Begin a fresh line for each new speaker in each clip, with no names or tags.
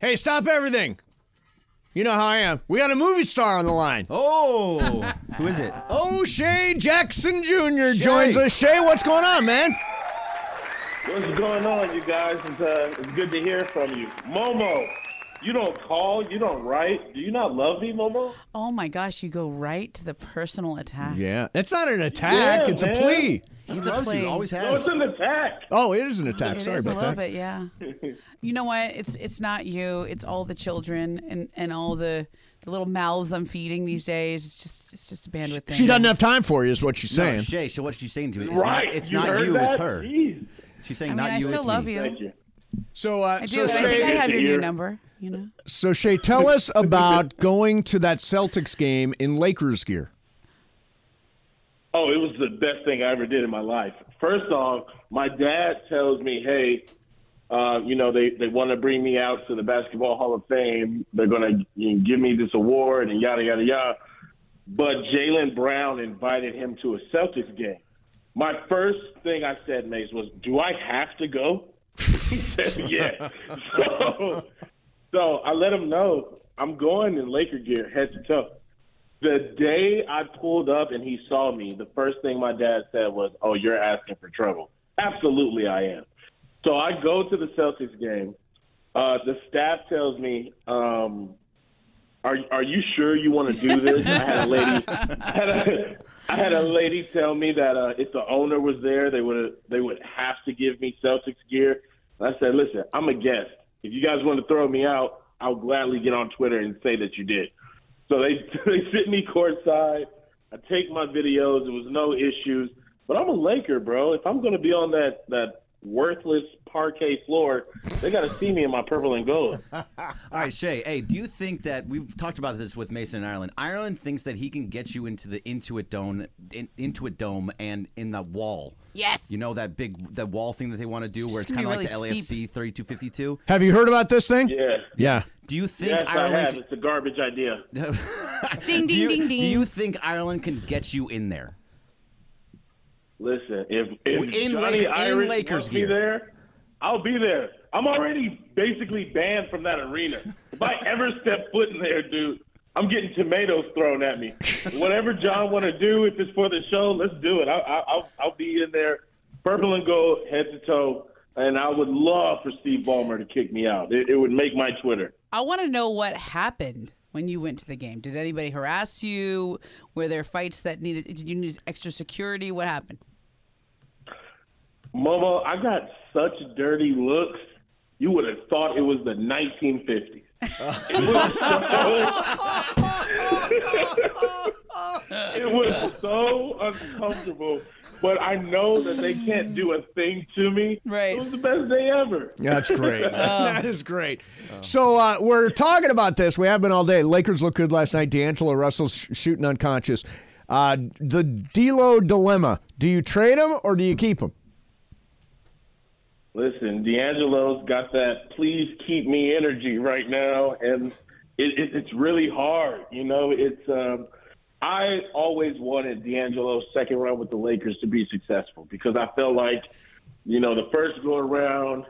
Hey, stop everything. You know how I am. We got a movie star on the line.
Oh, who is it?
O'Shea Jackson Jr. joins us. Shay, what's going on, man?
What's going on, you guys? It's, uh, it's good to hear from you. Momo, you don't call, you don't write. Do you not love me, Momo?
Oh my gosh, you go right to the personal attack.
Yeah, it's not an attack.
Yeah,
it's
man.
a plea.
He
It's a
loves you.
plea.
Always
No, it's
has.
an attack.
Oh, it is an attack.
It is
Sorry
a
about
little
that.
bit, yeah. you know what? It's it's not you. It's all the children and and all the, the little mouths I'm feeding these days. It's just it's just a bandwidth thing.
She doesn't have time for you, is what she's
No,
saying.
Shay. So what's she saying to you? It's
right.
Not, it's
you
not
heard
you.
That?
It's her.
Jeez.
She's saying
I mean,
not
I
you.
still
it's
love
me.
you.
Thank you.
so, uh,
I do.
so
and I think I
Shay,
have your new
Here.
number. You know.
so Shay, tell us about going to that Celtics game in Lakers gear.
Oh, it was the best thing I ever did in my life. First off, my dad tells me, "Hey, uh, you know they they want to bring me out to the Basketball Hall of Fame. They're going to you know, give me this award and yada yada yada." But Jalen Brown invited him to a Celtics game. My first thing I said, Mace, was, "Do I have to go?" he said, "Yeah." so, so I let him know I'm going in Laker gear, head to toe. The day I pulled up and he saw me, the first thing my dad said was, "Oh, you're asking for trouble." Absolutely, I am. So I go to the Celtics game. Uh, the staff tells me, um, "Are are you sure you want to do this?" I had a lady, I had a, I had a lady tell me that uh, if the owner was there, they would they would have to give me Celtics gear. And I said, "Listen, I'm a guest. If you guys want to throw me out, I'll gladly get on Twitter and say that you did." So they they sit me courtside. I take my videos. It was no issues. But I'm a Laker, bro. If I'm going to be on that that worthless parquet floor, they got to see me in my purple and gold.
All right, Shay. Hey, do you think that we've talked about this with Mason in Ireland? Ireland thinks that he can get you into the Intuit dome, in, Intuit dome, and in the wall.
Yes.
You know that big that wall thing that they want to do, where
just
it's
gonna
kind
be
of like
really
the LAFC 3252.
Have you heard about this thing?
Yeah.
Yeah.
Do you think
Yes, I have.
Ireland?
It's a garbage idea.
Ding,
do
ding,
you,
ding,
do
ding.
you think Ireland can get you in there?
Listen, if, if
In
Johnny
Laker- in
Irish
Lakers
wants me
gear.
there, I'll be there. I'm already basically banned from that arena. If I ever step foot in there, dude, I'm getting tomatoes thrown at me. Whatever John want to do, if it's for the show, let's do it. I, I, I'll, I'll be in there, purple and gold, head to toe. And I would love for Steve Ballmer to kick me out. It, it would make my Twitter.
I want to know what happened when you went to the game. Did anybody harass you? Were there fights that needed? Did you need extra security? What happened?
Momo, I got such dirty looks. You would have thought it was the 1950s. It was so- it was so uncomfortable, but I know that they can't do a thing to me.
Right.
It was the best day ever.
That's great.
Um,
That is great. So uh, we're talking about this. We have been all day. Lakers look good last night. D'Angelo Russell's sh- shooting unconscious. Uh, the D'Lo dilemma: Do you trade him or do you keep him?
Listen, D'Angelo's got that please keep me energy right now, and it, it, it's really hard. You know, it's um, I always wanted D'Angelo's second round with the Lakers to be successful because I felt like, you know, the first go around,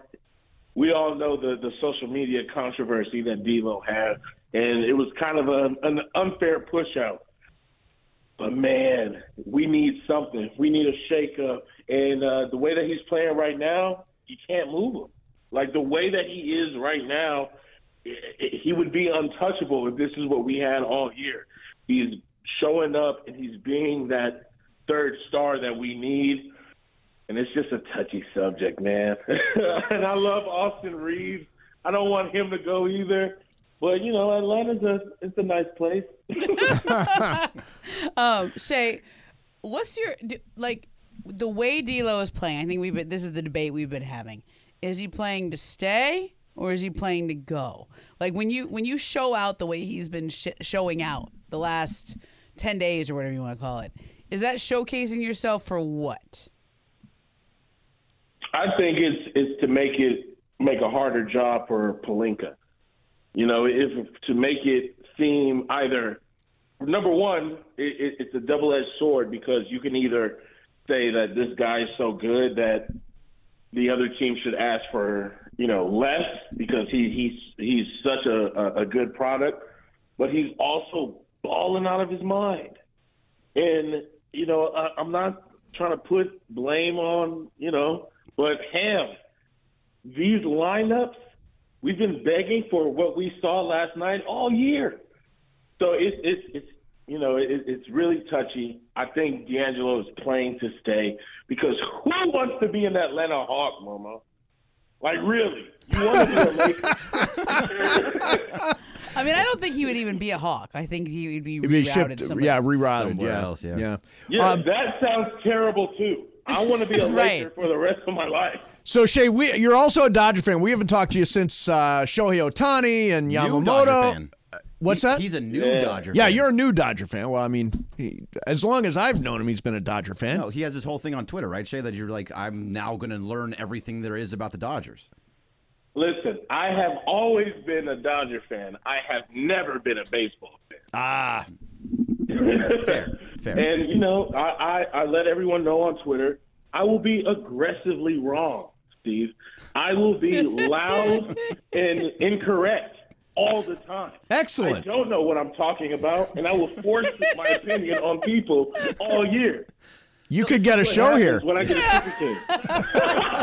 we all know the the social media controversy that D'Lo had, and it was kind of a, an unfair push out. But man, we need something. We need a shakeup. And uh, the way that he's playing right now, you can't move him. Like the way that he is right now, i i he would be untouchable if this is what we had all year. He's showing up and he's being that third star that we need. And it's just a touchy subject, man. and I love Austin Reeves. I don't want him to go either. But you know, Atlanta's a it's a nice place.
Um, Shay, what's your do, like the way D'Lo is playing? I think we've been, this is the debate we've been having. Is he playing to stay or is he playing to go? Like when you when you show out the way he's been sh- showing out the last ten days or whatever you want to call it, is that showcasing yourself for what?
I think it's it's to make it make a harder job for Palinka. You know, if to make it seem either number one, it, it, it's a double-edged sword because you can either say that this guy is so good that the other team should ask for you know less because he he's he's such a, a, a good product, but he's also balling out of his mind. And you know I, I'm not trying to put blame on you know, but ham these lineups we've been begging for what we saw last night all year. So it's it's it's you know it, it's really touchy. I think D'Angelo is playing to stay because who wants to be an Atlanta Hawk, Momo? Like really, you want to be a Laker?
I mean, I don't think he would even be a hawk. I think he would be
It'd be
rerouted
shipped,
somewhere
yeah,
else.
rerouted,
Somewhere
yeah,
else, yeah.
Yeah,
Um,
that sounds terrible too. I want to be a
Right.
Laker for the rest of my life.
So Shay, we, you're also a Dodger fan. We haven't talked to you since uh, Shohei Otani and
New
Yamamoto. Uh,
Dodger fan.
What's
He-
that?
He's a new
Yeah.
Dodger.
yeah,
fan.
you're a new Dodger fan. Well, I mean, he, as long as I've known him, he's been a Dodger fan.
No, he has this whole thing on Twitter, right, Shay? That you're like, I'm now going to learn everything there is about the Dodgers.
Listen, I have always been a Dodger fan. I have never been a baseball fan.
Ah,
Fair, fair.
And you know, I, I, I let everyone know on Twitter, I will be aggressively wrong, Steve. I will be loud and incorrect all the time. I
excellent.
don't know what I'm talking about, and I will force my opinion on people all year.
You could get a show
Happens
here.
when I get a ticket.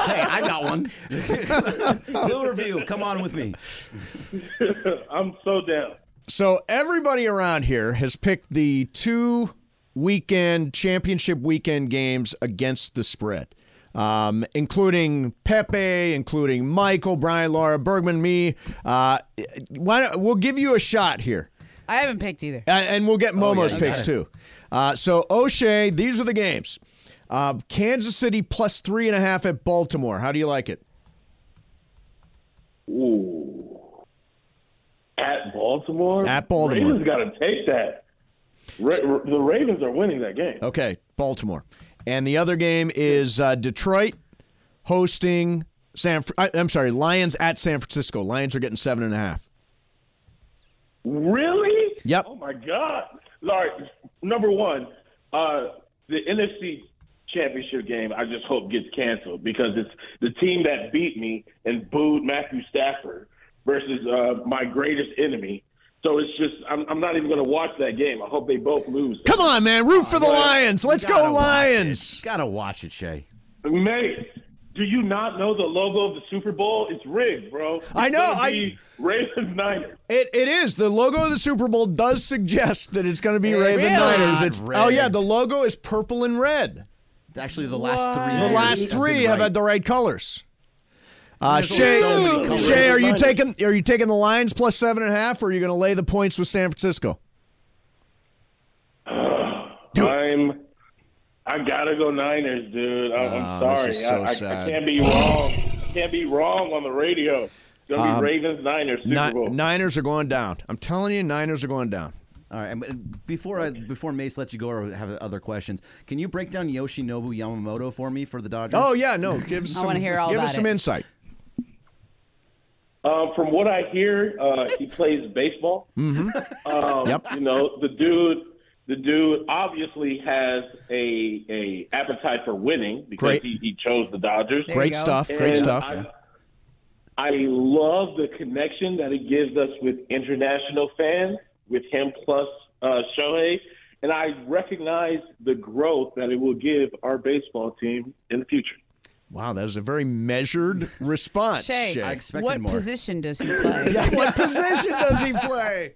hey, I got one. Blue review. Come on with me.
I'm so down.
So everybody around here has picked the two weekend championship weekend games against the spread, um, including Pepe, including Michael, Brian, Laura, Bergman, me. Uh, why don't, we'll give you a shot here.
I haven't picked either.
And, and we'll get Momo's
Oh, you
picks
got
too. Uh, so O'Shea, these are the games. Uh, Kansas City plus three and a half at Baltimore. How do you like it?
Ooh. At Baltimore?
At Baltimore.
Ravens got to take that. Ra- the Ravens are winning that game.
Okay, Baltimore. And the other game is uh, Detroit hosting San. Fr- I, I'm sorry, Lions at San Francisco. Lions are getting seven and a half.
Really?
Yep.
Oh my God. Sorry. Number one, uh, the NFC Championship game. I just hope gets canceled because it's the team that beat me and booed Matthew Stafford versus uh, my greatest enemy. So it's just I'm, I'm not even going to watch that game. I hope they both lose.
Come on, man, root for the Lions. Let's
Gotta
go
watch
Lions.
it. Gotta watch it, Shay.
Mate, do you not know the logo of the Super Bowl? It's rigged, bro. It's
I know,
gonna
I-
be Ravens Niners.
It, it is the logo of the Super Bowl does suggest that it's going to be Ravens
really?
Niners. It's
Not
oh yeah,
red.
the logo is purple and red.
Actually, the last three.
The
years
last
have been
three have
right.
had the right colors. Uh,
There's
Shay,
only so many colors.
Shay, are you
Lions.
taking are you taking the Lions plus seven and a half, or are you going to lay the points with San Francisco? Do it.
I'm. I gotta go Niners, dude. I, I'm
Oh, this
sorry.
is so
I, I,
sad.
I can't be wrong. I can't be wrong on the radio. It's gonna
Um,
be Ravens Niners Super
Ni-
Bowl.
Niners are going down. I'm telling you, Niners are going down.
All right. and- and Before I, before Mace lets you go or have other questions, can you break down Yoshinobu Yamamoto for me for the Dodgers?
Oh yeah, no. Give us
I
some,
wanna hear all
give us
about
some
it.
insight.
Uh, from what I hear, uh, he plays baseball. Um,
Mm-hmm. Yep.
You know, the dude, the dude obviously has a a appetite for winning because
Great.
he, he chose the Dodgers.
There you
Great
go.
stuff.
And
Great stuff.
I, I love the connection that it gives us with international fans, with him plus uh, Shohei, and I recognize the growth that it will give our baseball team in the future.
wow, that is a very measured response.
Shay,
I expected
what
more.
position does he play?
Yeah, what position does he play?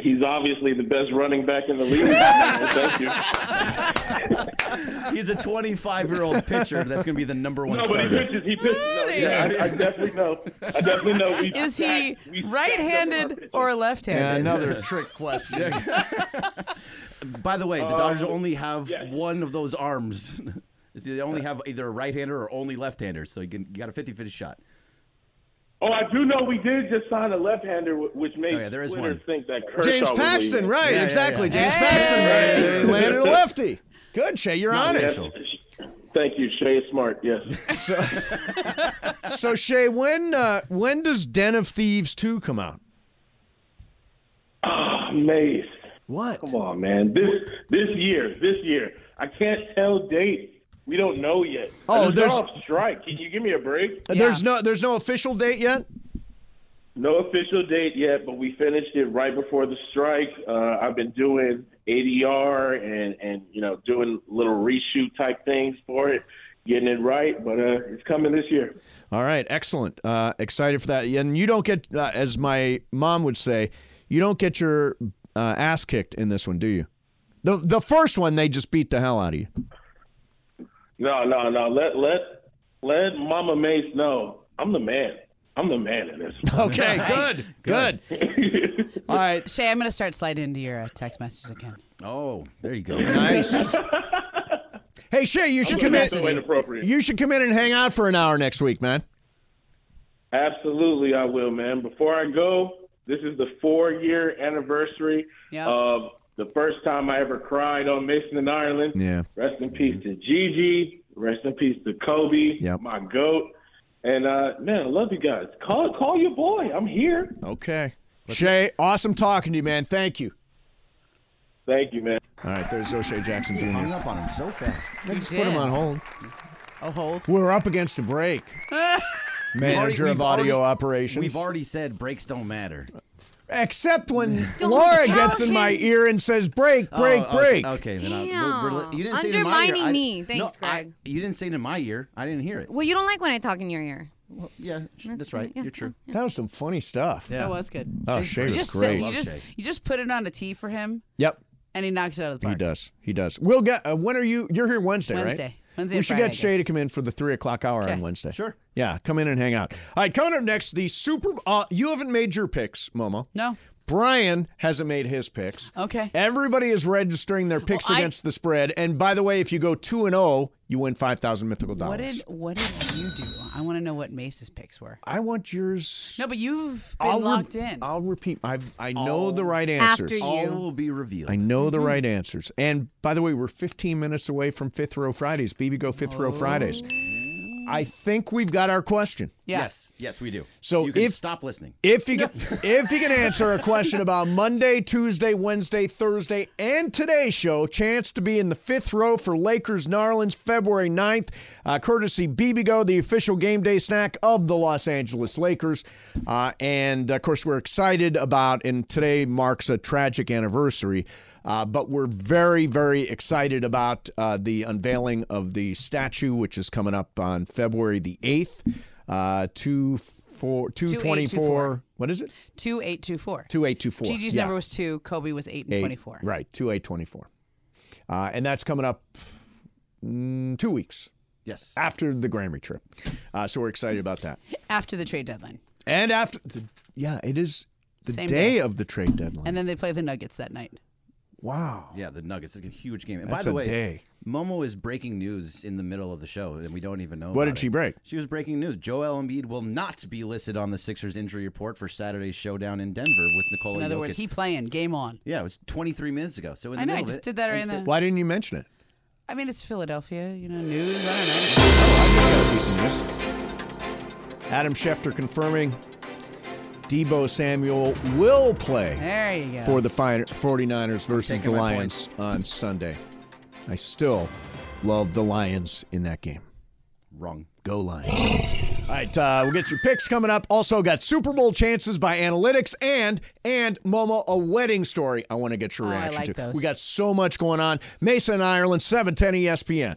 He's obviously the best running back in the league. Thank you.
He's a 25 year old pitcher. That's going to be the number one
No, but he
starter.
pitches. He pitches. No,
there
yeah,
you
I, I definitely know. I definitely know. We
Is he
stacked- we stacked up our
right-handed
pitching.
or left-handed?
Yeah, another trick question.
By the way, the Dodgers only have
yeah.
one of those arms. they only have either a right hander or only left hander. So you, can, you got a 50 50 shot.
Oh, I do know we did just sign a left-hander, wh- which makes
Oh, yeah, there is
Twitter
one.
think that Kershaw
James
was
Paxton,
leaving.
right?
Yeah, yeah,
exactly.
yeah.
James
Hey!
Paxton. Right? He landed a lefty. Good, Shay. You're on
Yeah.
it.
Thank you, Shay is Smart. Yes.
So, so Shay, when uh, when does Den of Thieves two come out?
Ah, Mace.
What?
Come on, man. This this year, this year. I can't tell dates. We don't know yet.
Oh,
And
there's-
they're off strike. Can you give me a break?
Uh, There's no there's no official date yet.
No official date yet, but we finished it right before the strike. Uh, I've been doing ADR and and you know doing little reshoot type things for it, getting it right. But uh, it's coming this year.
All right, excellent. Uh, excited for that. And you don't get, uh, as my mom would say, you don't get your uh, ass kicked in this one, do you? The the first one they just beat the hell out of you.
No, no, no. Let let let Mama Mace know I'm the man. I'm the man in this.
Okay, good, good. All right,
Shay, I'm gonna start sliding into your uh, text messages again.
Oh, there you go.
nice. Hey Shay, you should
Just
come
a
in.
message.
So inappropriate.
You should come in and hang out for an hour next week, man.
Absolutely, I will, man. Before I go, this is the four-year anniversary
Yep.
of the first time I ever cried on Mason in Ireland.
Yeah.
Rest in peace to Gigi. Rest in peace to Kobe,
Yep.
my goat. And uh, man, I love you guys. Call call your boy. I'm here.
Okay. Shay, awesome talking to you, man. Thank you.
Thank you, man.
All right, there's O'Shea Jackson
You hung
Jr.
up on him so fast.
You
Just put him
did.
on hold.
Oh, hold.
We're up against a break. Manager
We've already-
of
we've
audio
already-
operations.
We've already said breaks don't matter.
Except when Laura
tell
gets in my
him.
ear and says, break, break,
Oh,
break.
Okay, okay then I-
Damn.
we're- we're- you didn't say it in my ear.
Undermining
I-
me.
no,
Thanks,
I-
Greg.
you didn't say it in my ear. I didn't hear it.
Well, you don't like when I talk in your ear.
Yeah, sh- that's,
right,
right.
yeah.
You're true.
That was some funny stuff.
Yeah.
That was good.
Oh, Shay
you
was
just
great.
you
Love
just
Shay.
you just put it on a tee for him,
Yep.
and he knocks it out of the
He
park.
does. He does. We'll get, uh, when are you, you're here Wednesday, right?
Wednesday. Wednesday
We
and
should
Friday, I
get Shay to come in for the three o'clock hour on Wednesday.
Sure.
Yeah, come in and hang out. All right, coming up next, the Super, uh, you haven't made your picks, Momo.
No.
Brian hasn't made his picks.
Okay.
Everybody is registering their picks
I-
against the spread. And by the way, if you go 2 and 0, you win 5,000 mythical dollars.
What did what did you do? I want to know what Mace's picks were.
I want yours
No, but you've been
re-
locked in.
I'll repeat. I I know the right
After
answers.
you.
All will be revealed.
I know
Mm-hmm.
the right answers. And by the way, we're 15 minutes away from Fifth Row Fridays. BB Go Fifth Row Fridays.
Oh.
I think we've got our question.
Yeah.
Yes, yes, we do.
So
you can
if-
stop listening.
If you can, if you can answer a question about Monday, Tuesday, Wednesday, Thursday, and today's show, chance to be in the fifth row for Lakers Narlins February 9th, uh, courtesy BBGO, the official game day snack of the Los Angeles Lakers. Uh, and of course, we're excited about, and today marks a tragic anniversary. Uh, but we're very, very excited about uh, the unveiling of the statue, which is coming up on February the 8th. Uh, two, four, two 224. What is it?
Two eight two four.
2824.
Gigi's
Yeah.
number was two. Kobe was eight and
Eight-
twenty four.
Right, 2824. Uh, and that's coming up mm, two weeks
Yes.
after the Grammy trip. Uh, so we're excited about that.
After the trade deadline,
And after, the, yeah, it is the day,
Same day.
of the trade deadline.
and then they play the Nuggets that night.
wow.
Yeah, the Nuggets. It's a huge game. And
That's
by
a
the way,
day.
Momo is breaking news in the middle of the show, and we don't even know.
What
about
did she
it.
break?
She was breaking news. Joel Embiid will not be listed on the Sixers injury report for Saturday's showdown in Denver with Nikola
In other
Jokic.
words, he playing. Game on.
yeah, it was 23 minutes ago. So in the
I know. I
middle of
just
it,
did that
and
right
so-
now.
Why didn't you mention it?
I mean, it's Philadelphia. You know, news. I don't know.
Adam Schefter confirming Debo Samuel will play
There you go.
for the fi- 49ers versus the
taking my
Lions on Sunday. I still love the Lions in that game.
Wrong.
Go Lions. All right, uh, we'll get your picks coming up. Also got Super Bowl chances by analytics and and Momo a wedding story. I want to get your
Oh, I
reaction
like
to.
those.
We got so much going on. Mason Ireland E 710 ESPN.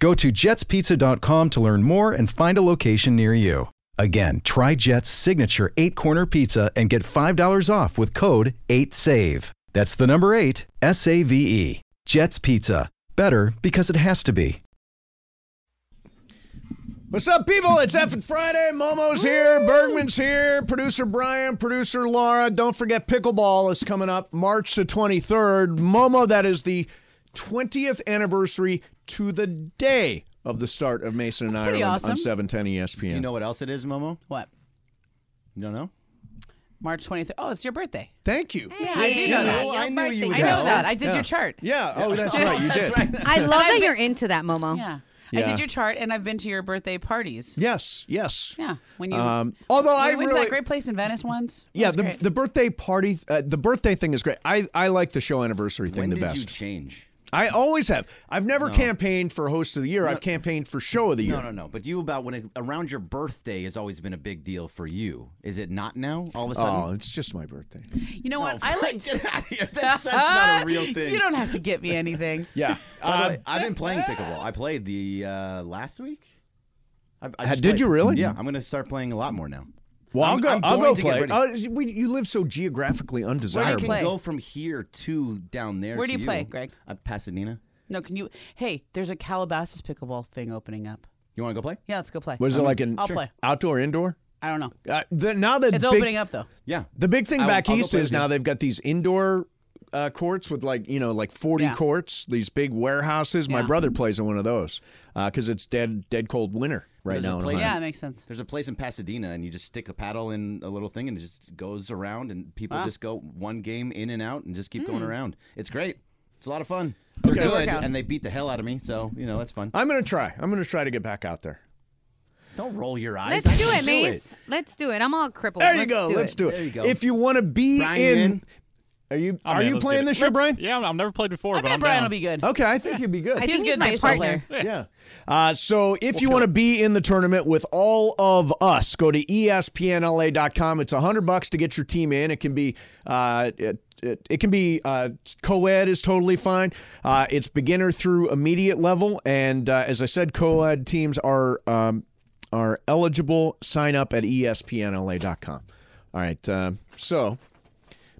Go to jetspizza.com to learn more and find a location near you. Again, try Jet's signature eight corner pizza and get $5 off with code 8SAVE. That's the number eight, S A V E. Jet's Pizza. Better because it has to be.
What's up, people? It's Effing Friday. Momo's here. Bergman's here. Producer Brian, producer Laura. Don't forget, pickleball is coming up March the 23rd. Momo, that is the 20th anniversary to the day of the start of Mason and
pretty
Ireland on E
awesome.
710 ESPN.
Do you know what else it is, Momo?
What?
You don't know?
March 23rd. Oh, it's your birthday.
Thank you. Yeah.
I do know that.
I knew you
I know that. I did your chart.
Oh, that's right. You did.
I love that you're into that, Momo.
Yeah. I
Yeah.
did your chart, and I've been to your birthday parties.
Yes. Yes.
Yeah. When you
Um, although
when
I
we went to
really-
that great place in Venice once. It
Yeah,
was
the,
great.
the birthday party, uh, the birthday thing is great. I, I like the show anniversary thing
When
the
did
best.
you change?
I always have. I've never campaigned for host of the year. I've campaigned for show of the year.
No, no, no. But you about when it, around your birthday has always been a big deal for you. Is it not now? All of a
Oh,
sudden.
it's just my birthday.
you know what? I like.
Oh, Get out of here. That's such not a real thing.
you don't have to get me anything.
Yeah.
By the way, I've been playing pickleball. I played the uh, last week. I, I
Ha-
just
did
played.
you really?
Yeah, I'm going to start playing a lot more now.
well, I'll
I'm-
go.
I'm
I'll go
going to get
play.
ready.
Oh, we- you live so geographically
I
undesirable.
can
play?
go from here to down there.
Where do
to
you play, Greg?
Uh, Pasadena.
No, can you? Hey, there's a Calabasas pickleball thing opening up.
You want to go play?
Yeah, let's go play.
Was it like an
I'll play.
outdoor indoor?
I don't know.
Uh, the, now that
It's
big-
opening up though.
Yeah.
The big thing
I'll-
back
I'll go
east
play
is
with you.
now they've got these indoor uh, courts with like you know like forty
Yeah.
courts, these big warehouses. My
Yeah.
brother plays in one of those because it's dead dead cold winter right
There's a
now. in
place-
Ohio.
Yeah, it makes sense.
There's a place in Pasadena, and you just stick a paddle in a little thing, and it just goes around, and people just go one game in and out, and just keep
Hmm.
going around. It's great. It's a lot of fun. They're
Okay. Good
good,
workout.
and they beat the hell out of me, so you know that's fun.
I'm gonna try. I'm gonna try to get back out there.
Don't roll your eyes.
Let's
I
do
can
it, Mace. Let's do it. I'm all crippled.
There you
Let's
go.
Do
Let's
it.
do it.
There you go.
If you want to be
Brian,
in,
in?
are you
Oh,
are
man,
you
let's do
playing
it.
this year, Brian?
Yeah, I've never played before,
I
but
bet
I'm
Brian
down.
will be good.
Okay, I think you'd be good.
I think
He's
he's,
good
my
baseball
partner.
Yeah. Uh, so if you want to be in the tournament with all of us, go to E espnla.com. It's a hundred bucks to get your team in. It can be. Uh, it, it, it can be uh, co-ed is totally fine. Uh, it's beginner through immediate level, and uh, as I said, co-ed teams are um, are eligible. Sign up at E espnla.com. All right, uh, so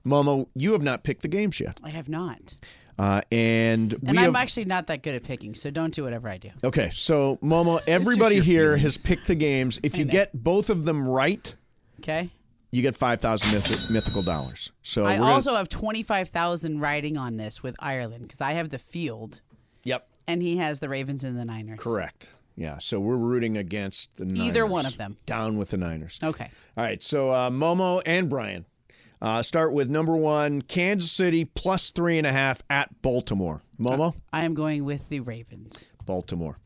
Momo, you have not picked the games yet,
I have not,
uh, and,
and
Oh. we
I'm
have,
actually not that good at picking, so don't do whatever I do.
Okay, so Momo, everybody
your
here
feelings.
has picked the games. If you
know.
get both of them right,
Okay.
you get five thousand myth- mythical dollars. So
I
we're gonna-
also have twenty five thousand riding on this with Ireland because I have the field
yep,
and he has the Ravens and the Niners.
correct. Yeah, so we're rooting against the Niners.
Either one of them.
Down with the Niners.
Okay.
All right, so uh, Momo and Brian uh, start with number one, Kansas City plus three and a half at Baltimore. Momo,
I am going with the Ravens.
Baltimore,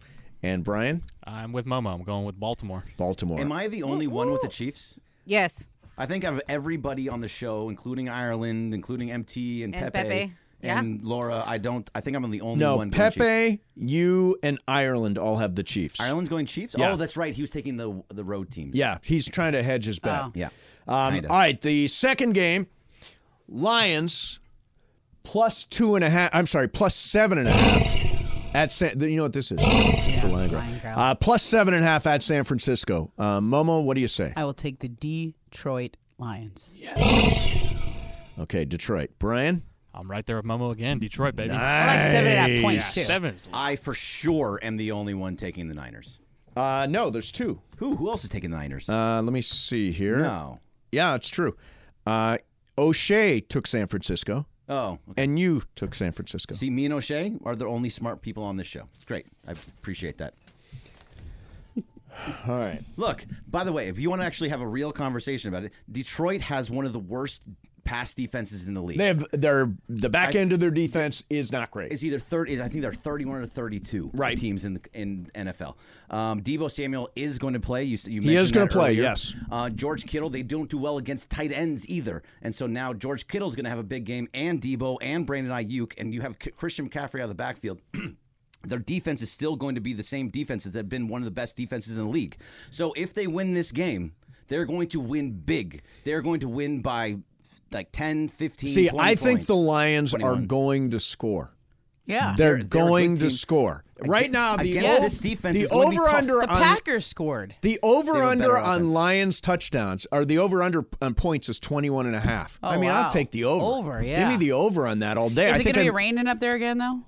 and Brian,
I'm with Momo. I'm going with Baltimore.
Baltimore.
Am I the only one with the Chiefs?
Yes.
I think of everybody on the show, including Ireland, including MT and,
And
Pepe,
Pepe, yeah.
and Laura. I don't. I think I'm the only
no,
one. going Chiefs.
Pepe, you and Ireland all have the Chiefs.
Ireland's going Chiefs.
Yeah.
Oh, that's right. He was taking the the road teams.
Yeah, he's trying to hedge his bet.
Yeah.
Um,
Kinda.
all right, the second game, Lions plus two and a half. I'm sorry, plus seven and a half at San. You know what this is? It's the
Yeah,
line grab.
line grab.
Uh, plus seven and a half at San Francisco. Uh, Momo, what do you say?
I will take the Detroit Lions.
Okay, Detroit. Brian.
I'm right there with Momo again. Detroit, baby.
I like seven and a half points too.
Sevens.
I for sure am the only one taking the Niners.
Uh, no, there's two.
Who who else is taking the Niners?
Uh, let me see here.
no.
Yeah, it's true. Uh, O'Shea took San Francisco,
Oh, okay.
and you took San Francisco.
see, me and O'Shea are the only smart people on this show. It's great. I appreciate that.
All right.
Look, by the way, if you want to actually have a real conversation about it, Detroit has one of the worst pass defenses in the league.
They have their the back end of their defense is not great.
It's either thirty. I think they're thirty-one or thirty-two
Right.
teams in the in NFL. Um, Debo Samuel is going to play. You, s- you
He is
going
gonna
to
play, yes.
Uh, George Kittle. They don't do well against tight ends either, and so now George Kittle's going to have a big game, and Debo and Brandon Ayuk, and you have K- Christian McCaffrey out of the backfield. Their defense is still going to be the same defense that's been one of the best defenses in the league. So if they win this game, they're going to win big. They're going to win by like 10, 15,
See,
20
I think
points.
the Lions are
21.
going to score.
Yeah.
They're,
They're- they're a
going
good
to
team.
score. Right now, the
Against
o-
this defense,
the
it's gonna be tough.
over under
The
on
Packers scored.
the over under
better
on
offense.
Lions touchdowns or the over under on points is 21 and a half. I mean,
wow.
I'll take the over.
Over, yeah.
Give me the over on that all day.
Is
I
it
think
going to
I'm-
be raining up there again, though?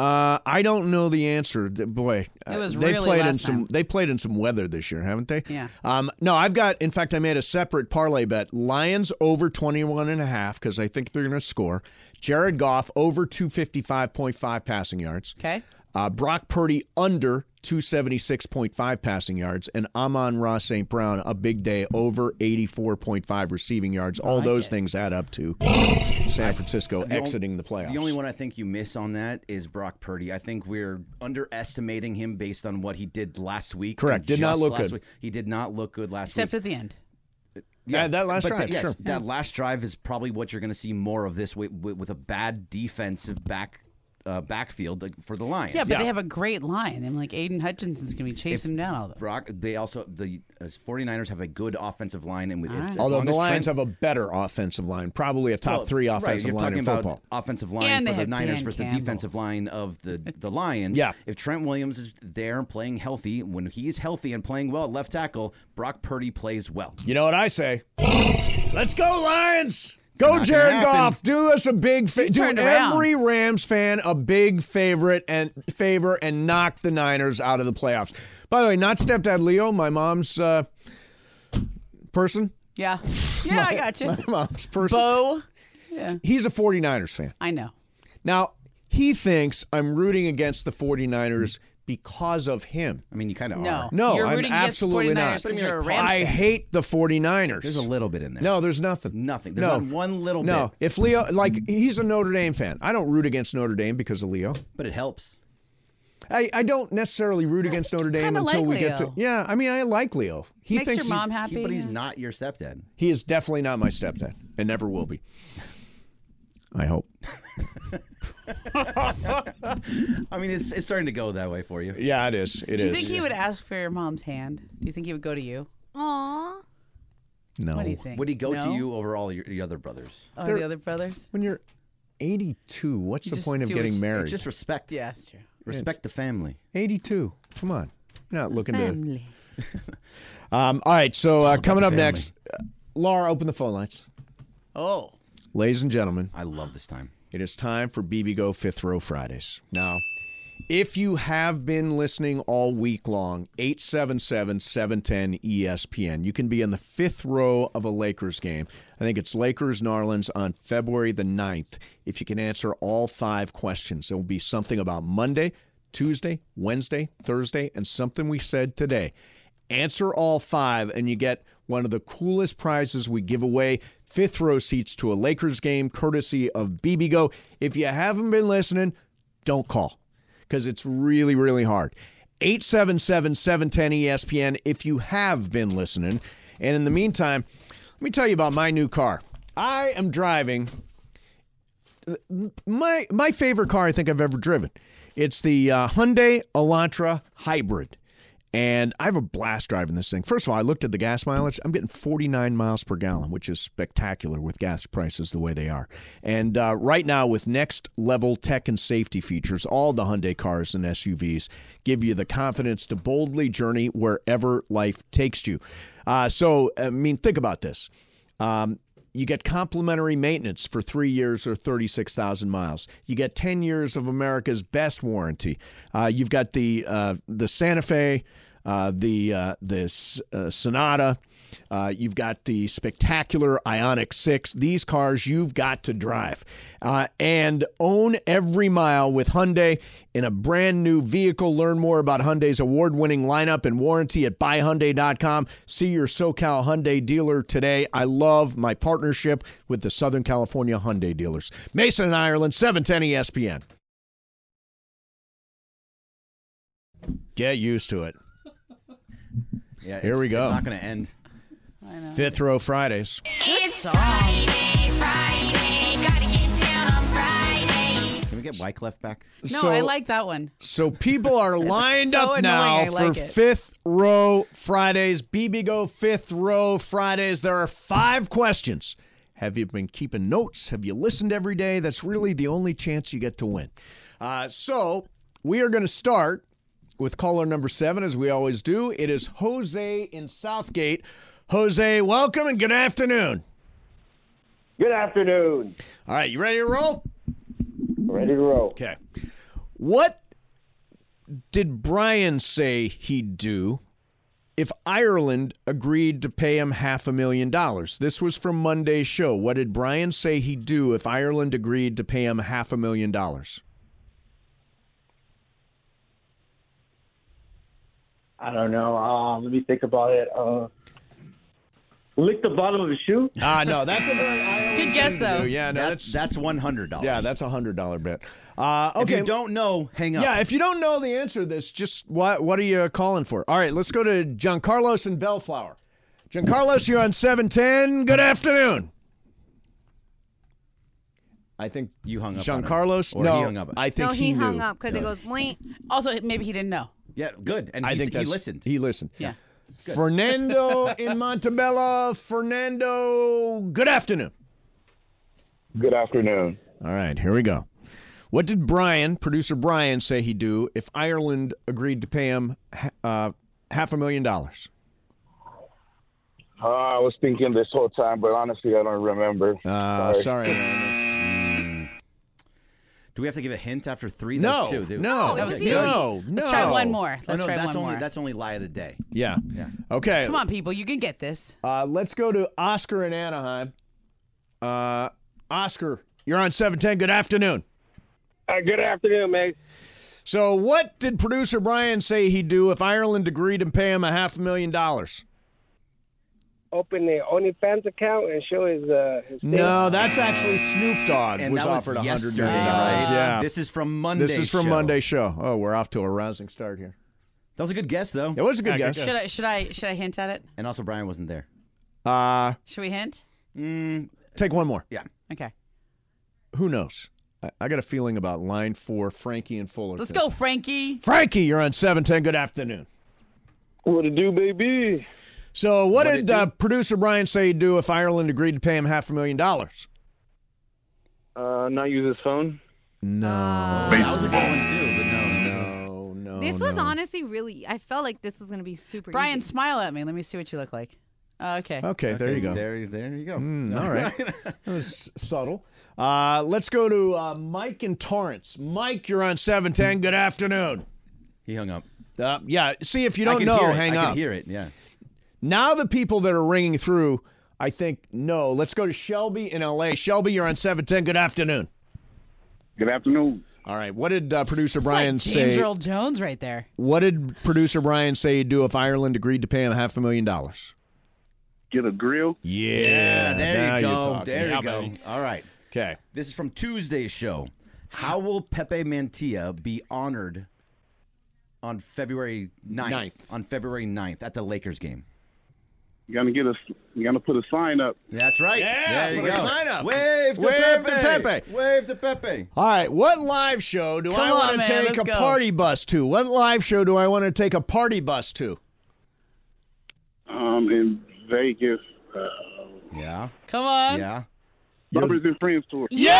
Uh, I don't know the answer. Th- Boy, uh,
It was
they
really
played in
last
some.
time.
They played in some weather this year, haven't they?
Yeah.
Um, no, I've got. In fact, I made a separate parlay bet: Lions over 21 and a half because I think they're going to score. Jared Goff over 255.5 passing yards.
Okay.
Uh, Brock Purdy under 276.5 passing yards, and Amon Ross St. Brown a big day over 84.5 receiving yards. All those things add up to San Francisco exiting the playoffs.
The only one I think you miss on that is Brock Purdy. I think we're underestimating him based on what he did last week.
Correct. Did not
Just
look
last
good.
Week. He did not look good last
Except
week.
at the end.
Yeah, that last
but the-
drive,
yes,
sure.
That last drive is probably what you're going to see more of this with, with, with a bad defensive back uh, backfield like, for the Lions.
Yeah, but they have a great line. I'm like, Aiden Hutchinson's going to be chasing them down all the
Brock. They also the uh, 49ers have a good offensive line, and with if- as
Although
long
the
as
Lions
Trent-
have a better offensive line, probably a top
Well,
three
right,
offensive
you're
line
talking
in
about
football.
Offensive line
And they
for the
have
Niners
Dan
versus
Campbell.
the defensive line of the the Lions.
Yeah.
If Trent Williams is there and playing healthy, when he is healthy and playing well at left tackle, Brock Purdy plays well.
You know what I say? Let's go Lions! Go
gonna
Jared
happen.
Goff! Do us a big fa- do
turned around.
every Rams fan a big favorite and favor and knock the Niners out of the playoffs. By the way, not stepdad Leo, my mom's uh, person,
Yeah. Yeah, I got you.
mom's person.
Bo.
He's a 49ers fan.
I know.
Now, he thinks I'm rooting against the 49ers because of him.
I mean, you kind of
No.
are.
No,
You're
I'm
rooting against
absolutely
49ers
not.
'cause you're a Rams
I
fan.
hate the 49ers.
There's a little bit in there.
No, there's nothing.
Nothing. There's
no
not one little
No,
bit.
if Leo, like he's a Notre Dame fan. I don't root against Notre Dame because of Leo.
but it helps.
I, I don't necessarily root against Notre Dame
kinda
until
like
we get to.
Leo.
Yeah, I mean I like Leo. He
Makes
thinks
your
he's-
mom happy.
He- but he's
yeah.
not your stepdad.
he is definitely not my stepdad and never will be. I hope.
I mean, it's it's starting to go that way for you.
Yeah, it is. It is.
Do you think he would ask for your mom's hand? Do you think he would go to you?
Aw.
No.
What do you think?
Would he go to
No?
you over all your, your other brothers?
Oh,
They're-
the other brothers?
When you're 82, what's the
just
point of
do what
getting
you-
married?
It's just respect.
Yeah, that's true.
Respect the family.
82. Come on. You're not looking to
Family.
Um, all right, so uh, coming up
family.
next, uh, Laura, open the phone lines.
Oh.
Ladies and gentlemen,
I love this time.
it is time for BB Go Fifth Row Fridays. Now, if you have been listening all week long, 877 710 ESPN, you can be in the fifth row of a Lakers game. I think it's Lakers Narlands on February the 9th. If you can answer all five questions, there will be something about Monday, Tuesday, Wednesday, Thursday, and something we said today. Answer all five, and you get one of the coolest prizes we give away fifth row seats to a Lakers game, courtesy of BBGO. If you haven't been listening, don't call because it's really, really hard. 877 710 ESPN if you have been listening. And in the meantime, let me tell you about my new car. I am driving my my favorite car I think I've ever driven. It's the uh, Hyundai Elantra Hybrid, and I have a blast driving this thing. First of all, I looked at the gas mileage. I'm getting 49 miles per gallon, which is spectacular with gas prices the way they are. And uh, right now, with next level tech and safety features, all the Hyundai cars and SUVs give you the confidence to boldly journey wherever life takes you. Uh, so, I mean, think about this. Um, you get complimentary maintenance for three years or 36,000 miles. You get 10 years of America's best warranty. Uh, you've got the uh, the Santa Fe, uh, the uh, the S- uh, Sonata. Uh, you've got the spectacular Ionic 6. These cars you've got to drive uh, and own every mile with Hyundai in a brand new vehicle. Learn more about Hyundai's award winning lineup and warranty at buyhyundai.com. See your SoCal Hyundai dealer today. I love my partnership with the Southern California Hyundai dealers. Mason in Ireland, E 710 ESPN. Get used to it.
Yeah.
Here
it's-
we go.
It's not going to end.
Fifth Row Fridays.
Can we get Wyclef back?
No,
So-
I like that one.
So people are lined
so
up now
annoying, I like
for
it.
fifth row Fridays. BB Go fifth row Fridays. There are five questions. Have you been keeping notes? Have you listened every day? That's really the only chance you get to win. Uh, so we are going to start with caller number seven, as we always do. It is Jose in Southgate. Jose, welcome and good afternoon.
Good afternoon.
All right, you ready to roll?
Ready to roll.
Okay. What did Brian say he'd do if Ireland agreed to pay him half a million dollars? This was from Monday's show. What did Brian say he'd do if Ireland agreed to pay him half a million dollars?
I don't know. Um, let me think about it. Uh, lick the bottom of the shoe.
Ah, no, that's a very Ireland
Good guess,
thing to do.
though.
Yeah, no,
That's
that's,
that's one hundred dollars.
yeah, that's a hundred dollar bet. Uh,
If
okay,
you don't know, hang up.
yeah, if you don't know the answer to this, just what what are you calling for? All right, let's go to Giancarlos and Bellflower. Giancarlos, you're on seven ten. Good afternoon. I think
you hung up. on him.
Giancarlos.
or
no,
he hung up.
I think
No, he, hung
knew.
up because it goes point.
Also, maybe he didn't know.
yeah, good. And
I
he-
think
he
that's-
listened.
He listened.
Yeah.
Fernando in Montebello. Fernando, good afternoon.
Good afternoon.
All right, here we go. What did Brian, producer Brian, say he'd do if Ireland agreed to pay him uh, half a million dollars?
Uh, I was thinking this whole time, but honestly, I don't remember.
Uh, sorry. man.
Do we have to give a hint after three?
No,
That's two, dude.
no,
That was
no, no.
Let's try one more.
Oh,
Let's
no,
try
that's
one
only
more.
that's only lie of the day.
Yeah. Okay.
Come on, people. You can get this.
Uh, let's go to Oscar in Anaheim. Uh, Oscar, you're on 710. Good afternoon.
good afternoon, mate.
So, what did producer Brian say he'd do if Ireland agreed to pay him a half a million dollars?
Open the OnlyFans account and show his uh, his.
No, that's actually Snoop Dogg
And
was
that
offered a
was
hundred
yesterday,
million dollars.
right?
Yeah.
This is from Monday.
This is from
show.
Monday's show. Oh, we're off to a rousing start here.
That was a good guess though.
It was a good
Yeah, good
guess.
Should I should I should I hint at it?
And also Brian wasn't there.
Uh,
Should we hint?
take one more.
Okay.
Who knows? I, I got a feeling about line four, Frankie and Fuller.
Let's go, Frankie.
Frankie, you're on 710. Good afternoon.
What to do, baby?
So, what, did uh, producer Brian say he'd do if Ireland agreed to pay him half a million dollars?
Uh, not use his phone.
No.
That was a good one too, but no, no.
No, no.
This was
Oh, no.
honestly really. I felt like this was gonna be super.
Brian,
easy.
smile at me. Let me see what you look like. Oh, okay.
Okay, there you go.
There, there you go.
Mm, all right. that was subtle. Uh, let's go to uh, Mike and Torrance. Mike, you're on 710. Good afternoon.
He hung up.
Uh, yeah, see, if you don't
I can
know,
hear it.
hang
I
up.
Can hear it. Yeah.
Now the people that are ringing through, I think, no. Let's go to Shelby in L.A. Shelby, you're on 710. Good afternoon.
Good afternoon.
All right. What did uh, producer
It's like
Brian
James
say?
Earl Jones right there.
What did producer Brian say he'd do if Ireland agreed to pay him half a million dollars?
Get a grill.
Yeah.
Yeah.
now
There you
you're
go.
talking.
There
Yeah,
you go.
baby.
All right.
Okay.
This is from Tuesday's show. How will Pepe Mantilla be honored on February 9th,
Ninth.
On February 9th at the Lakers game.
You're gonna get a. You're gonna put a sign up.
That's right.
Yeah,
there you
put a
go.
sign up.
Wave to
Wave to
Pepe.
Pepe.
Wave to Pepe.
All right. What live show do I
Come on,
want to
man,
take
let's
a
go.
party bus to? What live show do I want to take a party bus to?
Um, in Vegas. Uh,
Yeah.
Come on.
Yeah.
Lovers and Friends tour.
Yeah.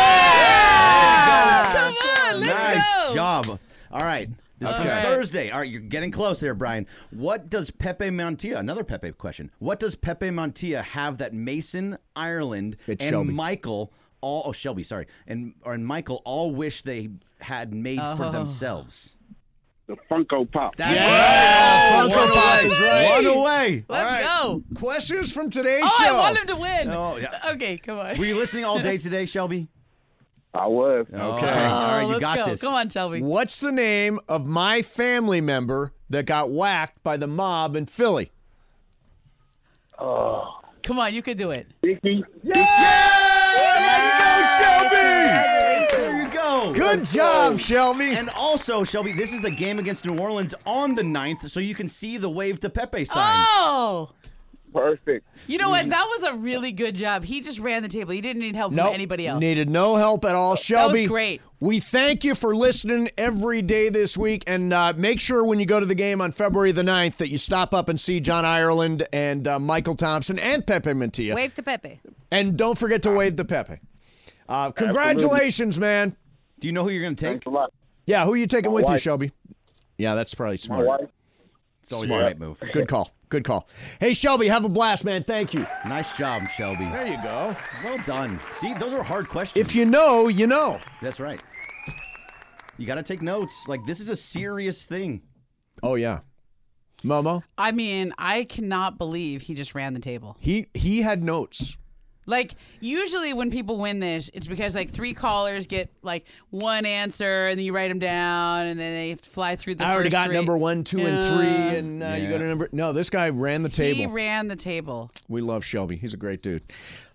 Come on. Let's
nice
go.
job. All right. This is from
Okay.
Thursday. All right, you're getting close there, Brian. What does Pepe Montilla, another Pepe question, what does Pepe Montilla have that Mason, Ireland,
It's
and
Shelby.
Michael all, oh, Shelby, sorry, and, or, and Michael all wish they had made for
Oh.
themselves?
The Funko Pop.
That's
Yeah,
right.
Funko Pop is right.
One away.
Let's go.
Questions from today's
Oh,
show.
I want him to win.
Oh, yeah.
Okay, come on.
Were you listening all day today, Shelby?
I was.
Okay.
Oh,
all right, you
let's
got
go.
this.
Come on, Shelby.
What's the name of my family member that got whacked by the mob in Philly?
Come on, you could do it.
Dickie.
Let's go, Shelby! There you go.
Good job, Shelby.
And also, Shelby, this is the game against New Orleans on the 9th, so you can see the wave to Pepe sign.
Oh.
Perfect.
You know what? That was a really good job. He just ran the table. He didn't need help
Nope,
from anybody else.
Needed no help at all.
was
Shelby,
great.
We thank you for listening every day this week. And uh, make sure when you go to the game on February the 9th that you stop up and see John Ireland and uh, Michael Thompson and Pepe Mantilla.
Wave to Pepe.
And don't forget to wave to Pepe. Uh, congratulations, man.
Do you know who you're going to take?
Thanks a lot.
Yeah, who are you taking
My
with you,
wife.
Shelby? Yeah, that's probably
My
smart.
wife.
It's always
Smart.
the right move.
Good call. Good call. Hey, Shelby, have a blast, man. Thank you.
Nice job, Shelby.
There you go.
Well done. See, those are hard questions.
If you know, you know.
That's right. You got to take notes. Like this is a serious thing.
Oh yeah, Momo.
I mean, I cannot believe he just ran the table.
He he had notes.
Like usually when people win this, it's because like three callers get like one answer, and then you write them down, and then they fly through the.
I already
first
got
three.
number one, two, and
Yeah.
three, and uh, you go to number. No, this guy ran the
He
table.
ran the table.
we love Shelby. He's a great dude.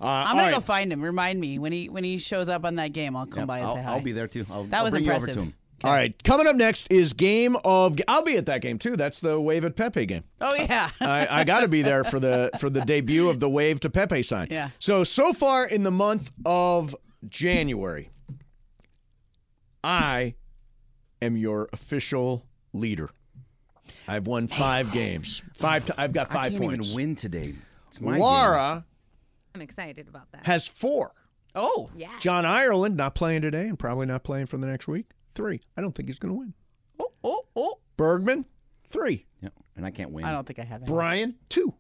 Uh,
I'm gonna go find him. Remind me when he when he shows up on that game. I'll come
Yeah,
by and
I'll,
say hi.
I'll be there too. I'll,
That
I'll
was
bring
impressive.
you over to him.
All right, coming up next is game of. I'll be at that game too. That's the wave at Pepe game.
Oh yeah.
I, I got to be there for the for the debut of the wave to Pepe sign.
Yeah.
So so far in the month of January, I am your official leader. I've won five games. Five. T- I've got
I
five
can't
points.
even win today. It's my game.
Laura
I'm excited about that.
has four.
oh.
yeah.
John Ireland not playing today and probably not playing for the next week. Three. I don't think he's going to win.
Oh oh oh.
Bergman three.
Yeah, and I can't win.
I don't think I have it.
Brian two.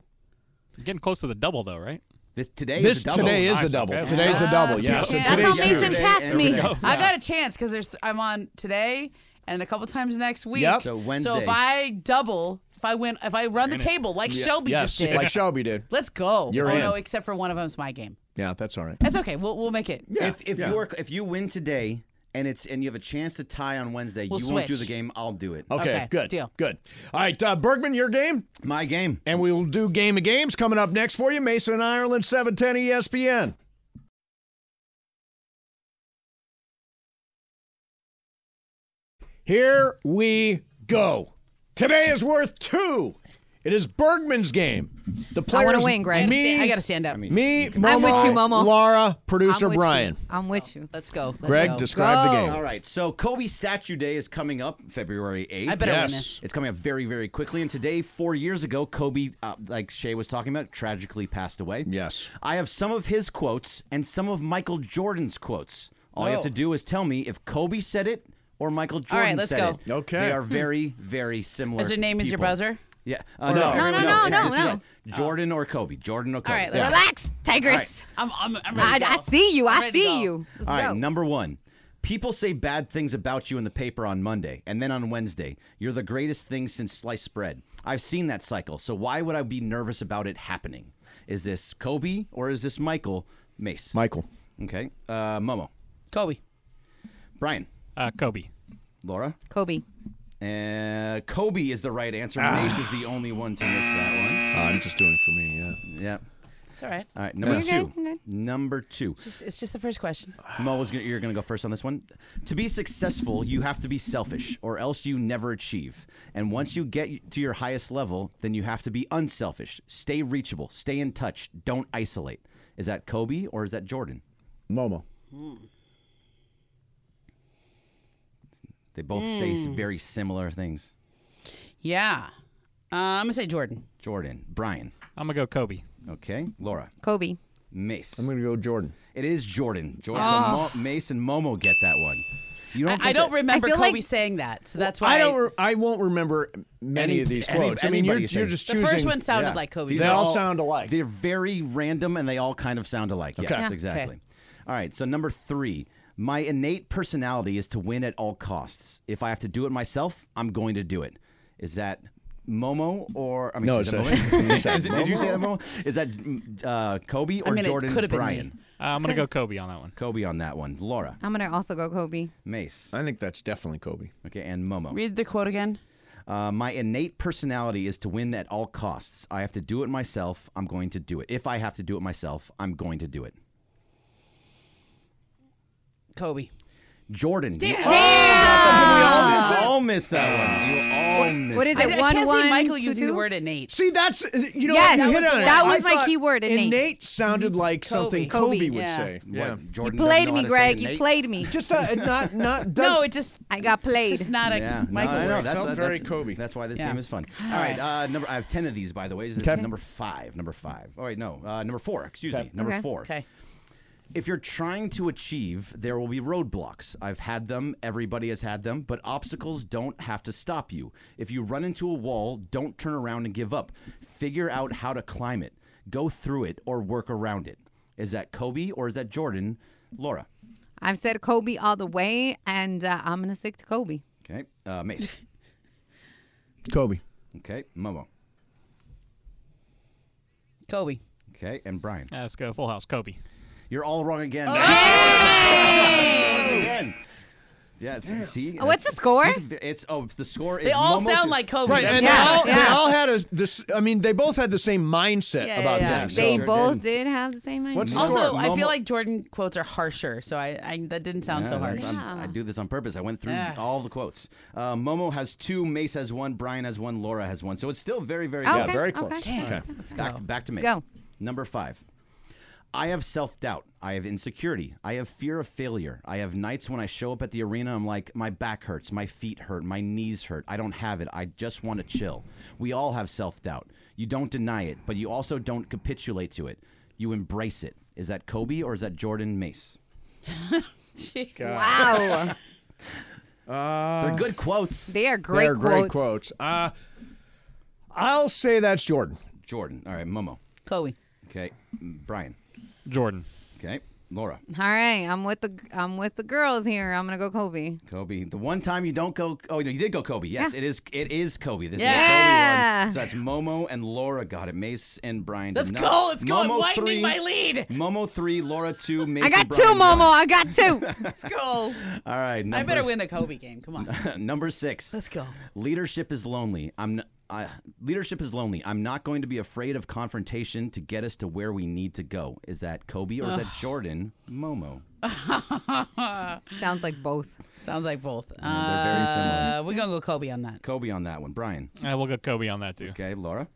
Getting close to the double though, right?
This today
This
is a double.
today is
Nice,
a double.
okay.
Today's a double. Yeah.
That's
So
how
That's how
today's
Mason
Mason
huge.
passed
Every
me.
day.
I got a chance because there's I'm on today and a couple times next week.
Yep.
So
So
Wednesday.
if I double, if I win, if I run the table like Shelby
Yes,
just did,
like Shelby did.
let's go.
You're
oh
in.
no, except for one of them's my game.
Yeah, that's all right.
That's okay. We'll we'll make it.
Yeah,
if if
yeah.
you are, if you win today and it's and you have a chance to tie on Wednesday,
We'll
you won't do
switch.
the game. I'll do it.
Okay,
Okay,
good.
deal.
Good. All right, uh, Bergman, your game,
My game.
and we will do game of games coming up next for you. Mason and Ireland, E 710 ESPN. Here we go. Today is worth two. It is Bergman's game. The
I
players,
want to win, Greg.
Me,
I gotta stand up.
me, Momo,
I'm with you, Momo.
Laura, producer
I'm with
Brian.
You. I'm with you.
Let's go. Let's
Greg,
go.
describe the
Go.
game.
All right. So Kobe Statue Day is coming up February eighth.
I better
Yes.
win this.
It's coming up very, very quickly. And today, four years ago, Kobe, uh, like Shay was talking about, tragically passed away.
Yes.
I have some of his quotes and some of Michael Jordan's quotes. All you have
Oh.
to do is tell me if Kobe said it or Michael Jordan
right, let's
said
go.
it.
Okay.
They are very, very similar.
As your name is your
people.
buzzer.
Yeah. Uh,
no. No,
no,
no,
no,
It's-
no,
it's-
no.
yeah. Jordan or Kobe. Jordan or Kobe.
right, let's
Yeah.
go.
Relax, Tigress.
I'm I'm, I'm
I,
ready. to
I
go.
see you.
I'm
I
ready to go.
see you. Let's
All
go.
right, number one. People say bad things about you in the paper on Monday, and then on Wednesday, you're the greatest thing since sliced bread. I've seen that cycle, so why would I be nervous about it happening? Is this Kobe or is this Michael Mace?
Michael.
Okay. Uh, Momo,
Kobe.
Brian,
Uh, Kobe.
Laura,
Kobe.
uh, Kobe is the right answer. Mace is the only one to miss that one.
I'm just doing it for me, yeah.
Yeah.
It's all right.
All right. Number
You're
two.
good, you're good.
Number two.
Just, it's just the first question.
Mo, was gonna, you're going to go first on this one. To be successful, you have to be selfish, or else you never achieve. And once you get to your highest level, then you have to be unselfish. Stay reachable. Stay in touch. Don't isolate. Is that Kobe or is that Jordan?
Momo.
They both say s-
Mm.
very similar things.
Yeah. Uh, I'm gonna say Jordan.
Jordan, Brian.
I'm gonna go Kobe.
Okay, Laura,
Kobe.
Mace.
I'm going to go Jordan.
It is Jordan. Jordan, Mo- Mace, and Momo get that one. You
Ah. I,
don't.
I
think
don't
that-
remember
I feel
Kobe
like-
saying that, so that's why
I don't. Re- I won't remember many
Any-
of these
any-
quotes. I mean, you're,
anybody you
you're
say.
just
The
choosing.
first one sounded
Yeah.
like Kobe.
These
They
are
all sound alike.
They're very random and they all kind of sound alike. Yes,
Okay. Yeah.
exactly.
Okay.
All right, so number three. My innate personality is to win at all costs. If I have to do it myself, I'm going to do it. Is that Momo or I mean,
No,
is
it
that
says-
Momo?
it says
Is it- Did you say that Momo? Is that mm, uh, Kobe or
I mean, it
Jordan
could have been me.
Bryan?
Uh, I'm gonna go Kobe on that one.
Kobe on that one. Laura,
Uh,
I'm gonna also go Kobe.
Mace,
I think that's definitely Kobe.
okay, and Momo.
Read the quote again.
Uh, my innate personality is to win at all costs. I have to do it myself. I'm going to do it. If I have to do it myself, I'm going to do it.
Kobe.
Jordan. you
Oh,
Damn.
all- You all missed that one. You all missed
Uh, what is
I,
it?
I
One,
can't see
one,
Michael
two,
using the
two?
word innate.
See, that's uh, you know
Yes,
what, you
that
hit
was
on
the-
it.
that
I
was my
thought
keyword, innate.
Innate sounded like
Kobe.
something Kobe,
Kobe,
would
yeah.
say.
What?
Yeah.
You
Jordan doesn't
played
know
me,
how to
Greg.
say
You
innate?
played me.
Just uh, not not.
No, it just
I got
it's
played.
just not a
Yeah,
Michael
no, I
word.
know. That's
Felt
that's-
very Kobe.
That's why this
Yeah.
game is fun. All right, uh, number I have ten of these, by the way. This is
Okay.
number five. Number five. All right, no, uh, number four. Excuse me, number
Okay.
four.
Okay.
if you're trying to achieve, there will be roadblocks. I've had them, everybody has had them, but obstacles don't have to stop you. If you run into a wall, don't turn around and give up. Figure out how to climb it, go through it, or work around it. Is that Kobe or is that Jordan? Laura.
I've said Kobe all the way, and uh, I'm gonna stick to Kobe.
Okay. Uh, Mace.
Kobe.
Okay. Momo.
Kobe.
Okay. And Brian.
Yeah, let's go Full House. Kobe.
You're all wrong
Oh!
again. Wrong again. Yeah, it's, see,
Oh, what's
that's-
the score?
he's a ve- It's oh, the score.
They
is
all
Momo
sound
to-
like Kobe.
Right,
That's
and
Yeah,
they, all, they
yeah.
all had a this. I mean, they both had the same mindset
Yeah,
about
yeah, yeah.
things.
They
so-
both did have the same idea.
What's the
Also,
score?
I
Momo-
feel like Jordan quotes are harsher, so I, I that didn't sound so
Yeah,
harsh.
that's- I'm- I do this on purpose. I went through
Yeah.
all the quotes. Uh, Momo has two. Mace has one. Brian has one. Laura has one. So it's still very, very
Oh, Okay,
close.
very
okay.
close. Okay.
Back, back to Mace.
go.
Number five. I have self doubt. I have insecurity. I have fear of failure. I have nights when I show up at the arena, I'm like, my back hurts, my feet hurt, my knees hurt. I don't have it. I just want to chill. We all have self doubt. You don't deny it, but you also don't capitulate to it. You embrace it. Is that Kobe or is that Jordan Mace?
Jeez.
Wow,
They're good quotes.
they are great.
They're great quotes. Uh, I'll say that's Jordan.
Jordan. All right, Momo.
Kobe.
Okay, Brian.
Jordan.
Okay, Laura.
All right, I'm with the I'm with the girls here. I'm gonna go Kobe.
Kobe. The one time you don't go. Oh no, you did go Kobe. Yes,
Yeah.
it is. It is Kobe. This
Yeah.
is a Kobe one. So that's Momo and Laura got it. Mace and Brian. did
Let's
not.
go. Let's go. I'm
Momo
widening
three,
my lead.
Momo three. Laura two. Mace.
I got
and
two,
Brian
Momo.
one.
I got two.
Let's go.
All right. Number,
I better win the Kobe game. Come on.
number six.
Let's go.
Leadership is lonely. I'm. N- I, leadership is lonely. I'm not going to be afraid of confrontation to get us to where we need to go. Is that Kobe or is that Jordan? Momo.
Sounds like both.
Sounds like both.
they're very similar.
Uh, we're gonna go Kobe on that.
Kobe on that one. Brian.
Uh, we'll go Kobe on that too.
Okay, Laura.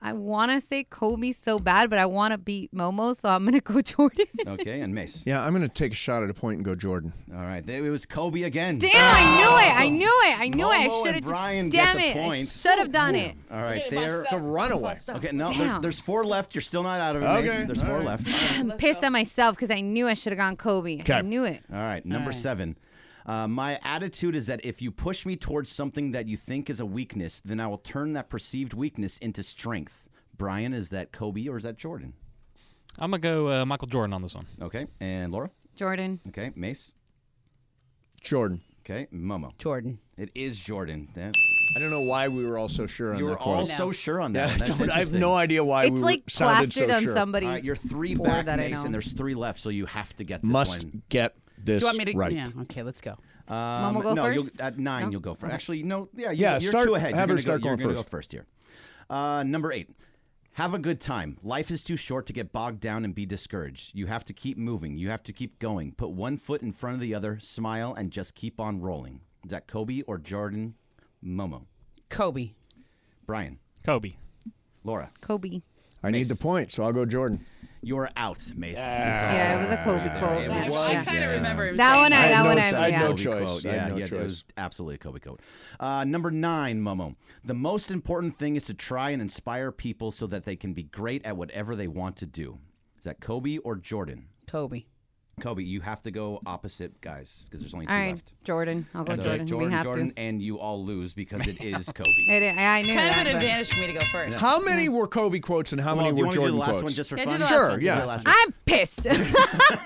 I want to say Kobe so bad, but I want to beat Momo, so I'm gonna go Jordan.
Okay, and Mace.
Yeah, I'm going to take a shot at a point and go Jordan.
All right, there- it was Kobe again.
Damn, I knew it. I knew it. I knew it.
Momo
I
and
should have.
Brian get
damn
the
it. I
point.
should have done it.
All right, there.
It's a runaway.
Okay, no, there,
Damn.
there's four left. You're still not out of it.
Okay,
Mason. There's
all
four
right.
left.
I'm pissed at myself because I knew I should have gone Kobe. I
Okay.
knew it.
All right, number seven. Uh, my attitude is that if you push me towards something that you think is a weakness, then I will turn that perceived weakness into strength. Brian, is that Kobe or is that Jordan?
I'm gonna go uh, Michael Jordan on this one.
Okay, and Laura.
Jordan.
Okay, Mace.
Jordan.
Okay, Momo.
Jordan.
It is Jordan. That-
I don't know why we were all so sure on
you
that
were
quote.
all so sure on
yeah, I,
that. one. That's
don't- I have
interesting.
no idea why
it's
we
like
were, sounded
plastered
so
on
sure.
somebody's.
All right, you're three
Poor
back,
that I
Mace,
know.
and there's three left, so you have to get this
Must
one.
get this
Do you want me to?
right.
Yeah. Okay. Let's go.
Um,
Mom will go
no,
first?
You'll, at nine, you'll go first. Actually, no, yeah, you,
Yeah,
you're
start-
two ahead.
have
you're
her start
go,
going
you're gonna
first.
go first here. Uh, number eight. Have a good time. Life is too short to get bogged down and be discouraged. You have to keep moving. You have to keep going. Put one foot in front of the other, smile, and just keep on rolling. Is that Kobe or Jordan Momo?
Kobe.
Brian,
Kobe.
Laura,
Kobe.
I need the point, so I'll go Jordan.
you're out, Mace.
Yeah, it was a Kobe quote.
it
I,
was.
Yeah.
kind of remember him.
That
saying
one I, that
no
one
choice.
I,
I
yeah.
had no
Kobe
choice.
quote.
I had
Yeah,
no
yeah, it
choice.
was absolutely a Kobe quote. Uh, number nine, Momo. The most important thing is to try and inspire people so that they can be great at whatever they want to do. Is that Kobe or Jordan?
Kobe.
Kobe, you have to go opposite guys because there's only two
All right,
left.
Jordan. I'll go
So,
Jordan.
uh, Jordan,
We have
Jordan, and you all lose because it is Kobe.
to. It, I, I knew
It's kind of
that,
an
but-
advantage for me to go first.
How many were Kobe quotes and how
Well, do
many
you
were
want to do
Jordan
the last
quotes?
one just for
Yeah, do
fun?
the last
Sure,
one.
yeah.
Do
The
the
last one.
I'm pissed.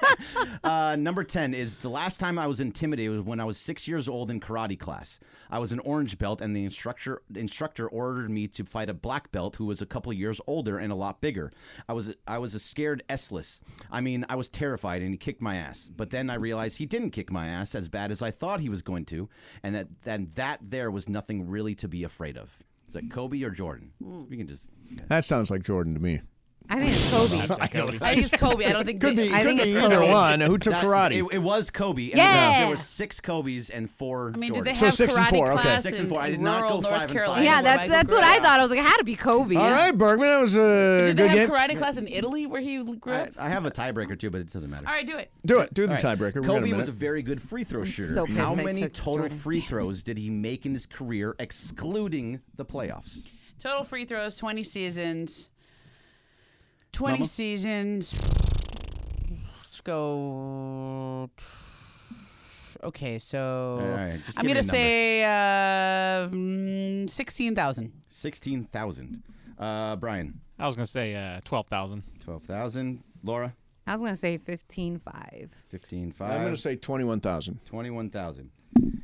Uh, number 10 is the last time I was intimidated was when I was six years old in karate class. I was an orange belt, and the instructor instructor ordered me to fight a black belt who was a couple years older and a lot bigger. I was I was a scared S-less. I mean, I was terrified, and he kicked my ass. But then I realized he didn't kick my ass as bad as I thought he was going to, and that then that there was nothing really to be afraid of. Is that Kobe or Jordan?
Hmm.
We can just
That sounds like Jordan to me.
I think it's Kobe.
I think it's Kobe. I don't think.
Could
they-
be,
I
could
think
be
it's
either
Kobe.
one. Who took
that-
karate?
It, it was Kobe. And
Yeah.
There were six Kobe's and four.
I mean, did they
Jordans.
have
So six
karate
and four, okay.
class
Six
in
and four. I did not
rural
go
North
five and five.
Carolina?
yeah,
where
that's
Michael
that's
grew
what I
up?
thought. I was like, it had to be Kobe.
All
yeah.
right, Bergman, that was a
Did they
good
have
game.
karate class in Italy where he grew up?
I, I have a tiebreaker too, but it doesn't matter.
All right, do it.
Do it. Do the
All right.
tiebreaker. We got a
Kobe was
minute.
a very good free throw shooter.
so pissed
How
I
many
took
total
Jordan.
free throws did he make in his career, excluding the playoffs?
Total free throws, 20 seasons. 20
Momo?
seasons. go. Okay, so
right, just
I'm
give me
gonna
a
say uh,
number.
mm, sixteen thousand.
Sixteen thousand. Uh, Brian,
I was gonna say uh, twelve thousand.
twelve thousand. Laura,
I was gonna say fifteen five.
fifteen
I'm going to
five.
say 21,000.
Twenty-one thousand.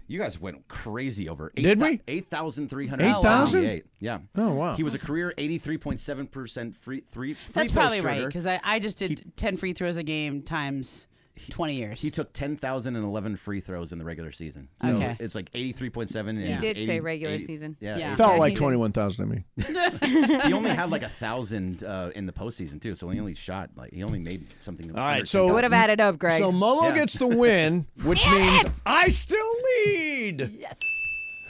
You guys went crazy over.
Did we?
Eight thousand three hundred.
8,000?
Yeah.
Oh, wow.
He was a career eighty-three point seven percent free three. free
That's
throw
probably right
shooter.
because I, I just did ten free throws a game times twenty years.
He took 10,011 free throws in the regular season. So
Okay.
It's like 83.7. and
He
it's
did
80
say regular
80
season.
Yeah.
Yeah.
Felt
Yeah,
like
he did.
21,000 to me.
he only had like a 1,000 uh, in the postseason, too. So he only shot, like, he only made something. All
right, so-
Would have added up, Greg.
So Momo
Yeah.
gets the win, which means I still lead.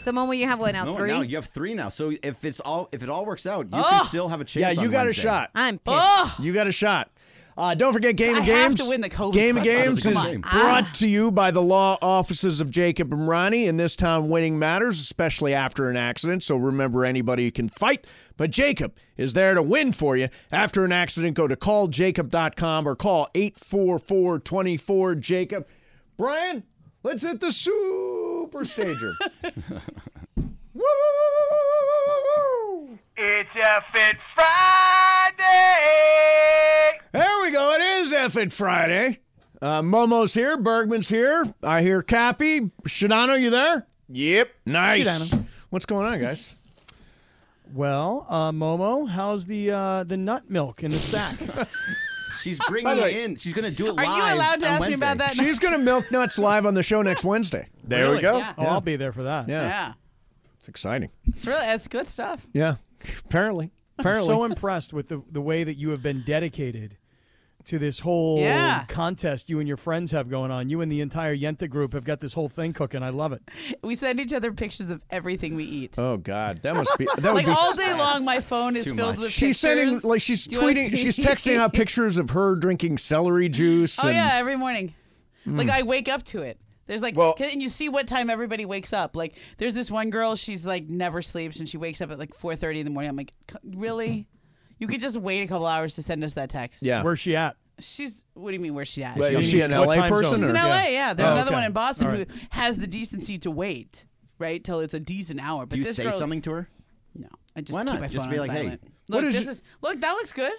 Someone will you have what now?
No,
three.
now you have three now. So if it's all, if it all works out, you
Oh!
can still have a chance.
Yeah, you
on
got a
Wednesday.
shot.
I'm pissed.
oh,
You got a shot. Uh, don't forget Game of
I
Games.
have to win the Kobe
Game of
Cup.
Games
Come
is
on.
Ah.
brought to you by the law offices of Jacob and Ronnie. In this town, winning matters, especially after an accident. So remember, anybody can fight, but Jacob is there to win for you. After an accident, go to calljacob.com or call 844-24-JACOB. Brian, let's hit the super stager. Woo!
It's a Fit Friday.
There we go. It is F It Friday. Uh, Momo's here. Bergman's here. I hear Cappy. Shadano, you there? Yep. Nice.
Shadano.
What's going on, guys?
Well, uh, Momo, how's the uh, the nut milk in the sack?
She's bringing
the
it
way-
in. She's going to do it
are
live.
you allowed to
on
ask me about
Wednesday.
that?
She's going to milk nuts live on the show next Wednesday.
there we go. Oh, I'll be there for that.
Yeah.
yeah,
It's exciting.
it's really it's good stuff.
Yeah. Apparently.
I'm
Apparently.
so impressed with the, the way that you have been dedicated to this whole
Yeah.
contest you and your friends have going on. You and the entire Yenta group have got this whole thing cooking. I love it.
We send each other pictures of everything we eat.
oh God, that must be that would
like
be.
all day long, my phone is
Too
filled
much.
with
she's sending
pictures.
like she's
Do you wanna
tweeting,
see?
she's texting out pictures of her drinking celery juice.
Oh
and,
yeah, every morning. Like I wake up to it. There's like, and you see what time everybody wakes up. Like, there's this one girl. She's like never sleeps, and she wakes up at like 4:30 in the morning. I'm like, "C- really? You could just wait a couple hours to send us that text.
yeah.
Where's she at?
She's. What do you mean? Where's she at?
But is she
She's-
an
what
LA
time zone?
person
She's in
or-
Yeah.
LA. Yeah. There's
Oh,
another
okay.
one in Boston
All right.
who has the decency to wait, right, till it's a decent hour. But
Do you
this
say
girl,
something to her?
No, I just
Why
keep
not?
my
Just
phone
be
on
like, hey,
silent.
what
look,
is
this
you-
is look. That looks good.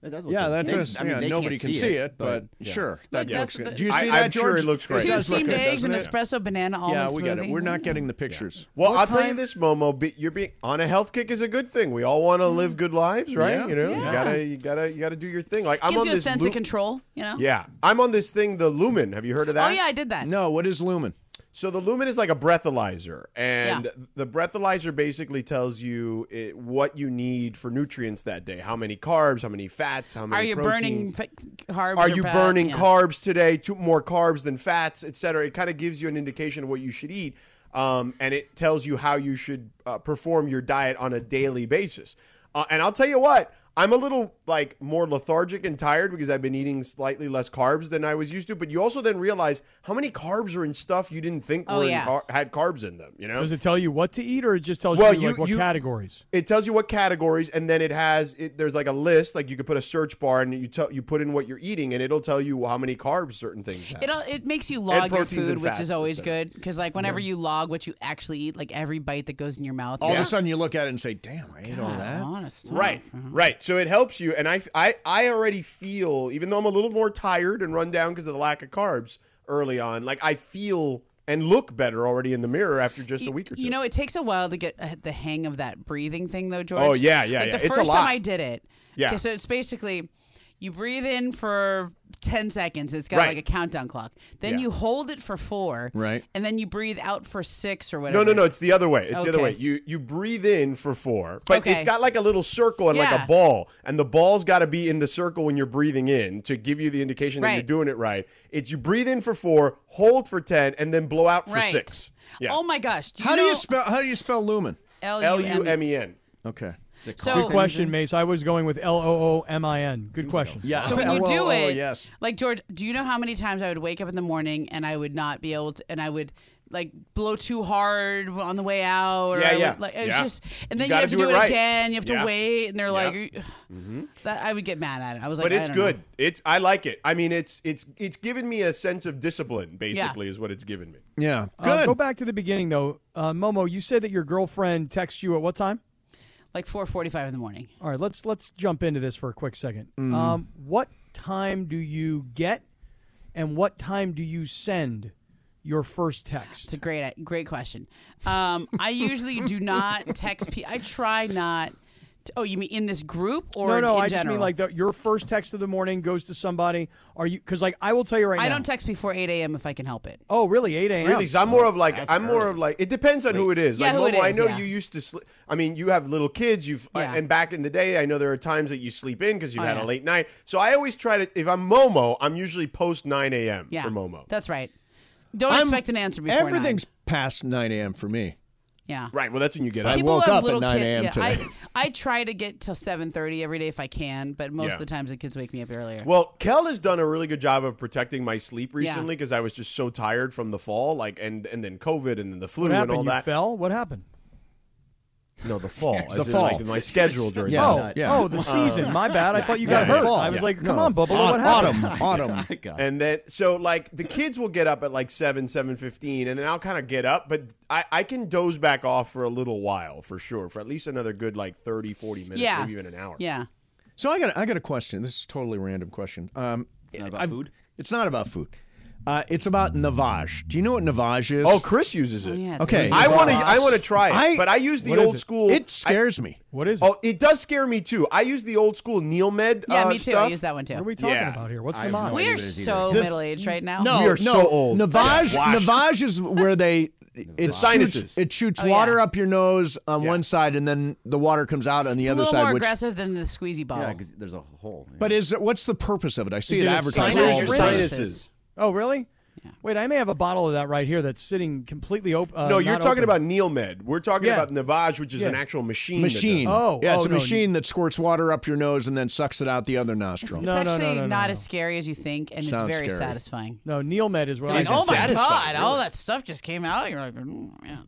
That does look
Yeah,
good.
that's
They-
us.
I mean,
yeah,
they
nobody
can't
can see it, but sure, that
Like,
looks
that's
good.
the-
Do you see
I-
that,
I'm
George?
sure it looks great.
It
Two
does look
steamed
good,
eggs,
doesn't
an
it?
espresso banana almond
Yeah, we
smoothie.
get it. We're not getting the pictures.
Well,
What
I'll tell you
time-
this, Momo. Be, you're being on a health kick is a good thing. We all want to live good lives, right?
Yeah.
You know,
Yeah.
you gotta, you gotta, you gotta do your thing. Like I'm
Gives
on
you a
this.
sense
lu-
of control, you know.
Yeah, I'm on this thing, the Lumen. Have you heard of that?
Oh yeah, I did that.
No, what is lumen?
So the lumen is like a breathalyzer, and
Yeah.
the breathalyzer basically tells you it, what you need for nutrients that day. How many carbs? How many fats? How many?
Are you burning
proteins.
fa- carbs?
Are
or
you
fat?
burning
Yeah.
carbs today? Two, more carbs than fats, etc. It kind of gives you an indication of what you should eat, um, and it tells you how you should uh, perform your diet on a daily basis. Uh, and I'll tell you what, I'm a little like more lethargic and tired because I've been eating slightly less carbs than I was used to. But you also then realize how many carbs are in stuff you didn't think
Oh,
were in
yeah.
car- had carbs in them. You know,
Does it tell you what to eat, or it just tells
Well,
you, like
you-
what
you-
categories?
it tells you what categories and then it has it, there's like a list like you could put a search bar and you tell you put in what you're eating and it'll tell you how many carbs certain things have.
It all, it makes you log your
proteins
food,
and
which
fats,
is always
et cetera.
good because like whenever you log what you actually eat, like every bite that goes in your mouth,
All
you're
of a sudden, you look at it and say, "Damn, I ate all
like,
that."
honest, huh?
right right so it helps you and I, I i already feel even though i'm a little more tired and run down because of the lack of carbs early on like i feel and look better already in the mirror after just a
Y-
week or two
You know, it takes a while to get uh, the hang of that breathing thing, though, George.
Oh, yeah, yeah,
like,
yeah.
The
It's a
first time
lot.
I did it.
Yeah.
Okay, so it's basically you breathe in for ten seconds. It's got
Right.
like a countdown clock. Then
Yeah.
you hold it for four.
Right.
And then you breathe out for six or
no
whatever.
no no it's the other way it's the other
Okay.
way you you breathe in for four but
Okay.
it's got like a little circle and like
Yeah.
a ball and the ball's got to be in the circle when you're breathing in to give you the indication that you're
Right.
doing it right it's you breathe in for four hold for ten and then blow out for
Right.
six yeah
Oh my gosh. Do you
How do
know-
you spell? How do you spell lumen?
E
L-U-M-E.
l-u-m-e-n
Okay.
E?
E?
So
Good question, Mace. I was going with L O O M I N. Good question.
Yeah.
So when you
L O
do
O,
it,
yes.
like George, do you know how many times I would wake up in the morning and I would not be able to, and I would like blow too hard on the way out. Or
Yeah,
I would,
yeah.
like, it was
Yeah.
just,
You
and then you,
gotta
have to
do
do,
it
it,
right.
again. You have
Yeah.
to wait, and they're like,
Mm-hmm.
that, I would get mad at it. I was like,
but
I
it's
don't know.
good. It's I like it. I mean, it's it's it's given me a sense of discipline. Basically, is what it's given me.
Yeah.
Uh, go back to the beginning though, uh, Momo. You said that your girlfriend texts you at what time?
Like four forty-five in the morning.
All right, let's let's jump into this for a quick 2nd
Mhm.
Mm-hmm.
Um, what time do you get, and what time do you send your first text? It's
a great great question. Um, I usually do not text. Pe- I try not. To, oh, you mean in this group or
no, no,
in
I just
general?
mean like the, your first text of the morning goes to somebody. Are you? Because like I will tell you right
I
now.
don't text before eight a.m. if I can help it.
Oh, really? Eight a.m.
Really? So I'm more of like I'm more of like it depends on who it is.
Yeah,
like
who it
Momo, I
is,
know
yeah.
you used to. sleep. I mean, you have little kids. You've
Yeah.
and back in the day, I know there are times that you sleep in because you've
Oh,
had
yeah.
a late night. So I always try to. If I'm Momo, I'm usually post 9 a.m.
Yeah,
for Momo.
That's right. Don't
I'm-
expect an answer before nine.
Everything's past 9 a.m. for me.
Yeah.
Right. Well, that's when you get
I
up.
People
woke
who have
up at
little
9
kid-
a.m.
yeah,
today.
I, I try to get till seven thirty every day if I can, but most
Yeah.
of the times the kids wake me up earlier.
Well, Kel has done a really good job of protecting my sleep
Yeah.
recently because I was just so tired from the fall, like and and then COVID and then the flu
What
and
happened?
all
You
that.
fell? What happened?
No, the fall.
The
as in,
fall.
like, my schedule during
Yeah.
the
Oh, yeah. oh, the season. My bad. I thought you got hurt. I was like, come on, Bubba, what happened?
Oh, Autumn,
autumn. and then so like the kids will get up at like seven, seven fifteen, and then I'll kind of get up, but I I can doze back off for a little while for sure, for at least another good like 30, 40 minutes,
Yeah.
maybe even an hour.
Yeah.
So I got I got a question. This is a totally random question. Um, it's not about food. It's not about food. Uh, it's about navage. Do you know what navage is?
Oh, Chris uses it.
yeah, it's okay,
I want to. I want to try it, but I use the
What is
old
it?
school.
It scares me.
What is
it? Oh, it does scare me too. I use the old school Neil Med.
Yeah,
uh,
me too. I
stuff.
use that one too. What are we
talking about here? What's the mod?
we are so
The-
middle aged right now.
Oh,
No, no. Navage, navage is where they it
sinuses.
Shoots, it shoots
Oh, yeah.
water up your nose on one side, and then the water comes out on the
It's
other
a little
side.
more
which,
aggressive than the squeezy bottle.
there's a hole.
But is it, what's the purpose of it? I see
Is
it,
a
advertised.
sinus
all over.
rinse? Oh, really? Wait, I may have a bottle of that right here that's sitting completely open. Uh,
no, you're
not
talking
open.
about Neil Med. We're talking
Yeah.
about Navage, which is
Yeah.
an actual machine. that does
Machine.
it.
yeah,
Oh,
it's a machine that squirts water up your nose and then sucks it out the other nostril.
It's actually not as scary as you think, and
Sounds
it's very
scary.
satisfying.
No, Neil Med is what
You're
I
like, oh my
satisfying,
god,
really.
all that stuff just came out. You're like, "Mm, man,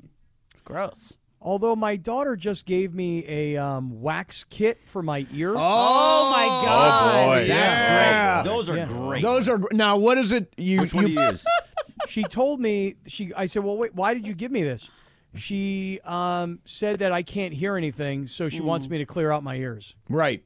gross.
Although my daughter just gave me a um, wax kit for my ear.
Oh, my God.
boy. That's Yeah. great. Those are great.
Those are gr- now. What is it? You
Which
you,
she told me she. I said, "Well, wait. Why did you give me this?" She um, said that I can't hear anything, so she wants me to clear out my ears.
Right.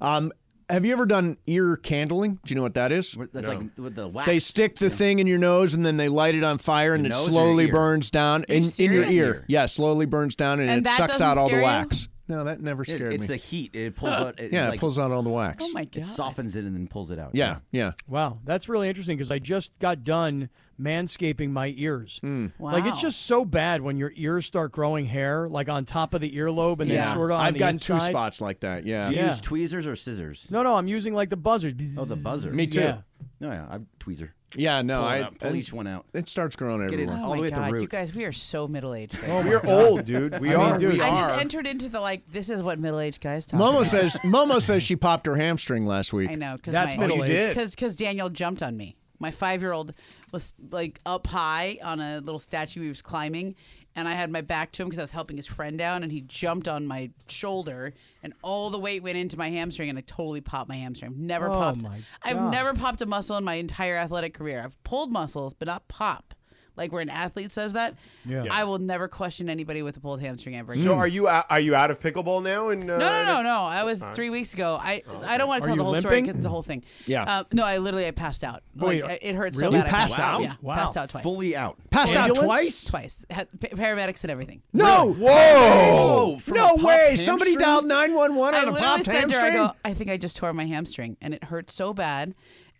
Um, have you ever done ear candling? Do you know what that is?
That's like with the wax.
They stick the thing in your nose and then they light it on fire and
Your
it
nose or
slowly
your ear?
burns down
Are you
in, in your
serious?
ear. Yeah, slowly burns down and,
And
it
that
sucks
doesn't
out all the
scare you?
wax. No, that never
It-
scared
it's
me.
the heat. It pulls out. It,
yeah,
like,
it pulls out all the wax.
Oh my
It
god.
softens it and then pulls it out.
yeah, yeah.
Wow, that's really interesting because I just got done manscaping my ears. Like it's
Wow.
just so bad when your ears start growing hair, like on top of the earlobe and
Yeah.
then sort of on
I've
the
got
inside.
two spots like that. Yeah.
Do you
Yeah.
use tweezers or scissors?
No, no, I'm using like the buzzer.
Oh, the buzzer.
Me too. Yeah.
No, yeah, I'm tweezer.
Yeah, no,
Pull it
Oh, I
out. Pull
I-
each one out.
It starts growing
Get it
everywhere.
all the
Oh
way
my
at the
god, you
root.
guys, we are so middle aged.
Oh, we're old,
dude.
We I mean, are. dude, We
I just
are.
entered into the like, this is what middle aged guys talk
Momo
about.
says Momo says she popped her hamstring last week.
I know because
That's
my,
middle-aged. Oh, you did?
Because Daniel jumped on me. My five year old was like up high on a little statue he was climbing, and I had my back to him because I was helping his friend down, and he jumped on my shoulder, and all the weight went into my hamstring, and I totally popped my hamstring. I've never
Oh,
popped.
my God.
I've never popped a muscle in my entire athletic career. I've pulled muscles, but not pop. Like where an athlete says that,
Yeah. Yeah.
I will never question anybody with a pulled hamstring ever.
So are you out, are you out of pickleball now? And
No,
uh,
no, no, no. I was
All right.
three weeks ago. I I don't want to
Oh, Are
tell
you
the whole story
limping?
because it's a whole thing.
Yeah.
Uh, no, I literally I passed out.
Wait,
like, it hurt so
really?
bad.
You
I
passed out?
Yeah,
Wow.
passed out twice.
Fully e out.
Passed out
Ambulance?
twice?
Twice. Had pa- paramedics and everything.
No!
Whoa!
No way! Somebody dialed nine one one
I
on a
literally
popped
said to her, I
hamstring.
go, I think I just tore my hamstring, and it hurt so bad.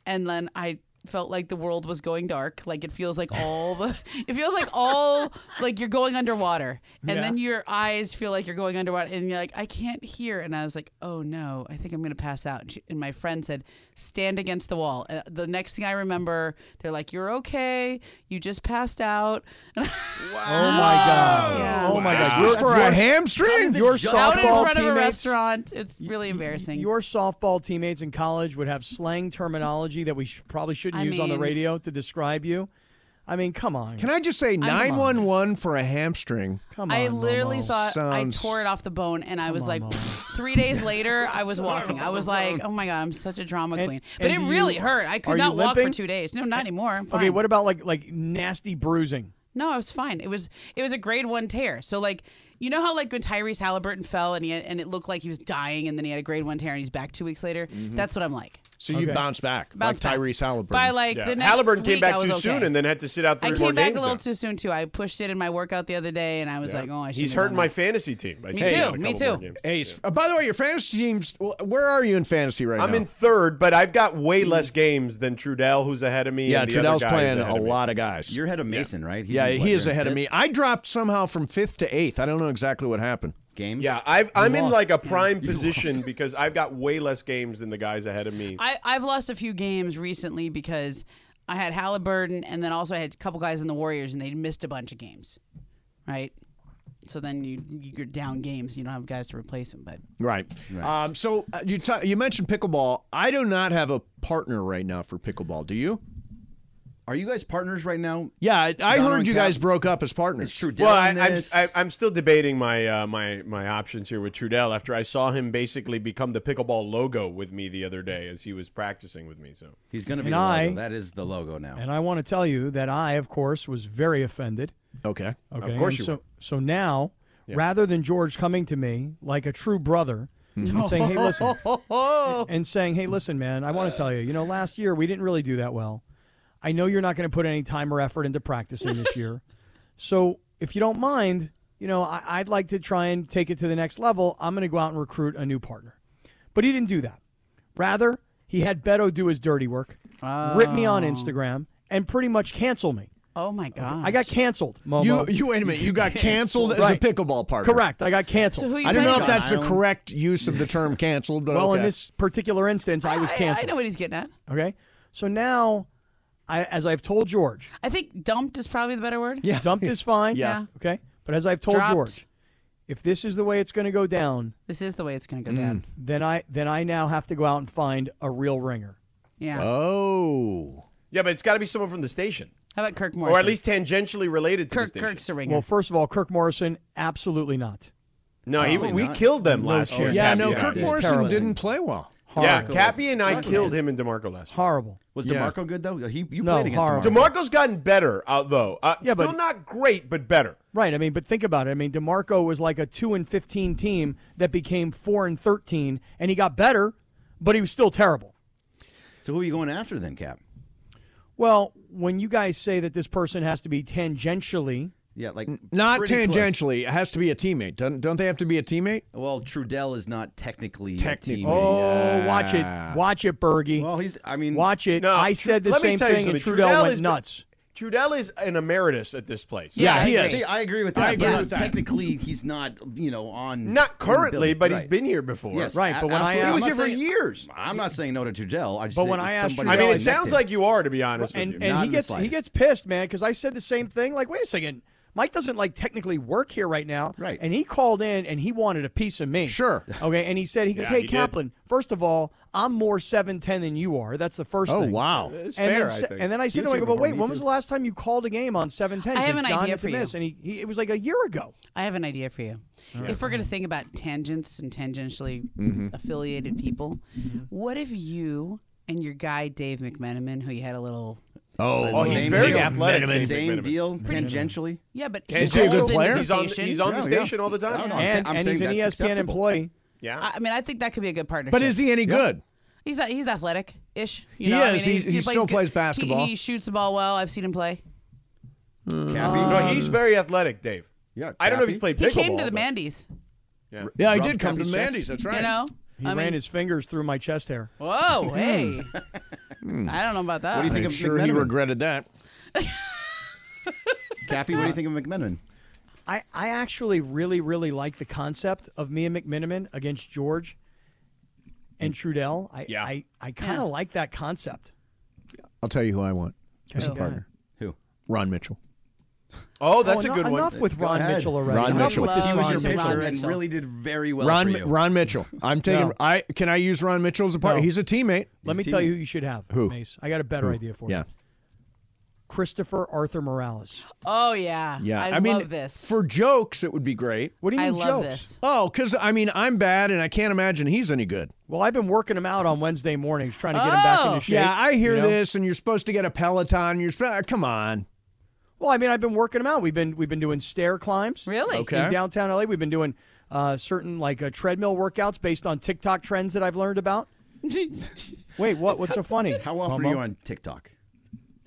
And then I felt like the world was going dark. Like it feels like all the, it feels like all like you're going underwater, and
Yeah.
then your eyes feel like you're going underwater, and you're like, I can't hear. And I was like, Oh no, I think I'm gonna pass out. And, she, and my friend said, Stand against the wall. Uh, the next thing I remember, they're like, You're okay. You just passed out. wow.
Oh my god. Oh my god.
Just for a hamstring?
Your
out in
softball
front of a
teammates.
restaurant. It's really embarrassing.
Your softball teammates in college would have slang terminology that we sh- probably shouldn't
I
use on the
mean-
radio to describe you. I mean, come on.
Can I just say nine one one for a hamstring?
Come
I literally thought
Sounds-
I tore it off the bone, and I was like, three days later, I was walking. I was like, oh my god, I'm such a drama queen. But
and
it
do
really
you-
hurt. I
are
could
you
not walk for
limping?
two days. No, not anymore. I'm fine.
Okay, what about like like nasty bruising?
No, I was fine. It was it was a grade one tear. So like you know how like when Tyrese Halliburton fell and he had, and it looked like he was dying, and then he had a grade one tear, and he's back two weeks later. That's what I'm like.
So you bounced back,
Bounced
like
back.
Tyrese Halliburton.
By, like, the next
Halliburton came
week,
back
I was
too soon
okay.
and then had to sit out three
I
more
came back
games
a little
now.
too soon too. I pushed it in my workout the other day, and I was
Yeah.
like, oh, I should.
He's hurting my fantasy team. by
Me
sitting
too,
out a
me
couple more
too.
games.
Ace. Uh, by the way, your fantasy teams. wh- Where are you in fantasy right now?
I'm in third, but I've got way
Hmm.
less games than Trudell, who's ahead of me.
Yeah,
and the other
Trudell's
guy who's
playing
ahead
a
of me.
lot of guys.
You're ahead of Mason, right? He's
yeah,
in what,
he is
you're in
ahead of
fifth?
me. I dropped somehow from fifth to eighth. I don't know exactly what happened.
Games.
Yeah, I've, I'm in
lost.
like a prime position because I've got way less games than the guys ahead of me.
I, I've lost a few games recently because I had Halliburton, and then also I had a couple guys in the Warriors, and they missed a bunch of games, right? So then you you're down games. You don't have guys to replace them, but
Right. Um, so uh, you ta you mentioned pickleball. I do not have a partner right now for pickleball. Do you?
Are you guys partners right now?
Yeah, I, I
Sedano
heard
and
you
Cap?
guys broke up as partners. It's
true.
Well, I, I'm, I, I'm still debating my uh, my my options here with Trudell after I saw him basically become the pickleball logo with me the other day as he was practicing with me. So
he's going to
be And the logo. I-
That is the logo now.
And I want to tell you that I, of course, was very offended.
Okay.
Okay.
Of course
and
you
so,
were.
So now,
Yeah.
rather than George coming to me like a true brother and saying, "Hey, listen," and saying, "Hey, listen, man, I want to tell you, you know, last year we didn't really do that well. I know you're not going to put any time or effort into practicing this year, so if you don't mind, you know, I, I'd like to try and take it to the next level. I'm going to go out and recruit a new partner." But he didn't do that. Rather, he had Beto do his dirty work, rip me on
Oh.
Instagram, and pretty much cancel me.
oh my god,
I got canceled, Momo.
You, you wait a minute. You got canceled as
Right.
a pickleball partner.
Correct. I got canceled.
So who you
I don't know
playing
if
on?
that's the
Island?
correct use of the term canceled, but
well, in
okay.
this particular instance, I was
I, I
canceled.
know what he's getting at.
okay, so now, I, as I've told George,
I think dumped is probably the better word.
dumped is fine.
Yeah. Yeah.
Okay, but as I've told
Dropped.
George, if this is the way it's going to go down,
This is the way it's going to go down.
then I then I now have to go out and find a real ringer.
Yeah.
Oh.
Yeah, but it's got to be someone from the station,
How about Kirk Morrison?
or at least tangentially related to
Kirk
the station.
Kirk's a ringer.
Well, first of all, Kirk Morrison, absolutely not.
no, he,
Probably
we
not.
killed them
No
last year.
chance.
yeah,
Cappy
no,
and I
Kirk
did.
Morrison
Terrible.
didn't play well.
Yeah,
Horrible.
Cappy and I
Horrible.
killed him and Demarco last. year.
Horrible.
Was
Yeah.
Demarco good though? He you
No,
played against
horrible.
Demarco.
Demarco's gotten better, uh, though. Uh,
Yeah,
still
but-
not great, but better.
Right. I mean, but think about it. I mean, DeMarco was like a 2 and 15 team that became 4 and 13 and he got better, but he was still terrible.
So who are you going after then, Cap?
Well, when you guys say that this person has to be tangentially,
Yeah, like
Not
pretty close.
tangentially. It has to be a teammate. Don't, don't they have to be a teammate?
Well, Trudell is not technically
Technic-
technically.
oh, watch it, watch it, Bergie,
Well, he's. I mean,
watch it.
No,
I
Tru-
said the
let me
same
tell you
thing, and
something.
Trudell,
Trudell
went
is-
nuts.
Trudell is an emeritus at this place.
Yeah,
he
I
is.
agree.
See, I agree with
I
that.
agree
but
with that.
Technically, he's not. You know, on
Not
on the
currently,
building.
but he's
Right.
been here before.
Yes,
Right,
a-
but when I
absolutely.
asked-
He was
I'm
here
not
for
saying-
years.
I'm not saying no to Trudell. I just
But
think
when
it's
I asked
somebody
Trudell,
I mean,
Yeah,
it
I
sounds
connected.
like you are, to be honest
And
with you.
and
Not
he
in the
gets he
slightest.
gets pissed, man, because I said the same thing. Like, wait a second, Mike doesn't like technically work here right now,
Right.
And he called in and he wanted a piece of me,
Sure.
okay. And he said he goes,
Yeah,
hey
he did.
Kaplan, first of all, I'm more seven ten than you are. That's the first
Oh,
thing.
wow.
It's
and,
fair,
then,
I
se-
think.
and then I
He
said to
was
him, I
here
go, but
before
wait,
me,
when
too.
was the last time you called a game on 710?
I have
'Cause
an
John
idea
had to
for you.
miss, And he, he, it was like a year ago.
I have an idea for you. if we're going to think about tangents and tangentially
Mm-hmm.
affiliated people, what if you and your guy Dave McMenamin, who you had a little
Oh,
Oh, he's
Same
very
deal.
athletic.
Same,
Big Benjamin.
deal, tangentially.
yeah, but
Is he a good
calls into
player?
the
He's on,
station.
he's on
Yeah,
the
yeah.
station all the
I don't
time.
know. I'm
And,
sa- I'm
and
saying
he's an ESPN
that's acceptable.
employee.
Yeah.
I I mean, I think that could be a good partnership.
But is he any good?
He's a- he's athletic ish.
He is. He- he still plays basketball.
He, shoots the ball well. I've seen him play.
Cappy,
no, he's very athletic, Dave.
yeah,
I don't know if he's
Cappy.
played
He
pickleball.
came to the
but-
Mandy's.
Yeah, I
Rob
did come to
Cappy's chest.
Mandy's. That's right. Hmm.
You know,
He
I
ran
mean,
his fingers through my chest hair.
whoa, hey, I don't know about that.
What do you think
I'm
of
sure he
McMenamin?
regretted that.
Cappy, what do you think of McMenamin?
I, I actually really, really like the concept of me and McMiniman against George and Trudell. I,
Yeah.
I, I kind
Yeah.
of like that concept.
I'll tell you who I want as a
Who?
partner.
Who?
Ron Mitchell.
Oh, that's
Oh,
a
eno-
good
Enough
one.
with Ron
ahead.
Mitchell already.
Ron
enough
Mitchell.
with this
He
Ron
was your
Mitchell.
Ron
Pitcher and
Mitchell.
really did very well
Ron,
for you.
Ron Mitchell. I'm taking.
No.
I can I use Ron Mitchell as a partner?
No.
He's a teammate.
Let me
His
tell you
teammate.
who you should have,
Who?
Mace. I got a better idea for you.
Yeah.
Christopher Arthur Morales.
Oh yeah.
Yeah,
I,
I, mean,
love this.
for jokes, it would be great.
What do you
I
mean
love
jokes?
this.
Oh, because I mean, I'm bad, and I can't imagine he's any good.
Well, I've been working him out on Wednesday mornings, trying to get him
Oh.
back into shape.
yeah, I hear
you know?
this, and you're supposed to get a Peloton. You're sp- ah, come on.
Well, I mean, I've been working them out. We've been we've been doing stair climbs.
Really?
Okay.
In downtown LA, we've been doing uh, certain like uh, treadmill workouts based on TikTok trends that I've learned about. Wait, what? What's so funny?
How often
Momo?
are you on TikTok?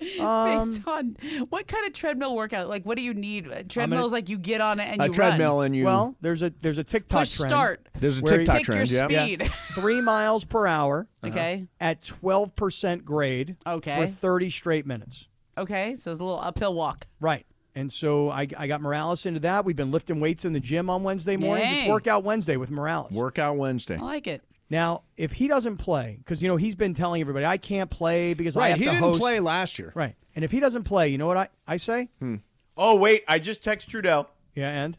Based on what kind of treadmill workout? Like, what do you need? A Treadmill
Um, gonna-
is like you get on it and
A
you
treadmill
run.
and you-
Well, there's a there's a TikTok
Push
trend.
start.
There's a
where you-
TikTok
Pick your
trend. yeah.
Yeah.
speed.
Three miles per hour Uh-huh.
Okay.
at 12% grade
Okay.
for 30 straight minutes.
Okay. So it's a little uphill walk.
Right. And so I, I got Morales into that. We've been lifting weights in the gym on Wednesday mornings. It's
Yay.
Workout Wednesday with Morales.
Workout Wednesday.
I like it.
Now, if he doesn't play, because you know he's been telling everybody I can't play because I
Right,
have
he
to
didn't
host.
play last year.
Right, and if he doesn't play, you know what I I say?
Oh wait, I just text Trudell.
Yeah, and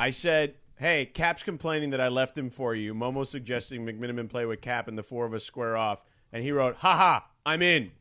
I said, "Hey, Cap's complaining that I left him for you." Momo suggesting McMiniman play with Cap, and the four of us square off. And he wrote, "Ha ha, I'm in."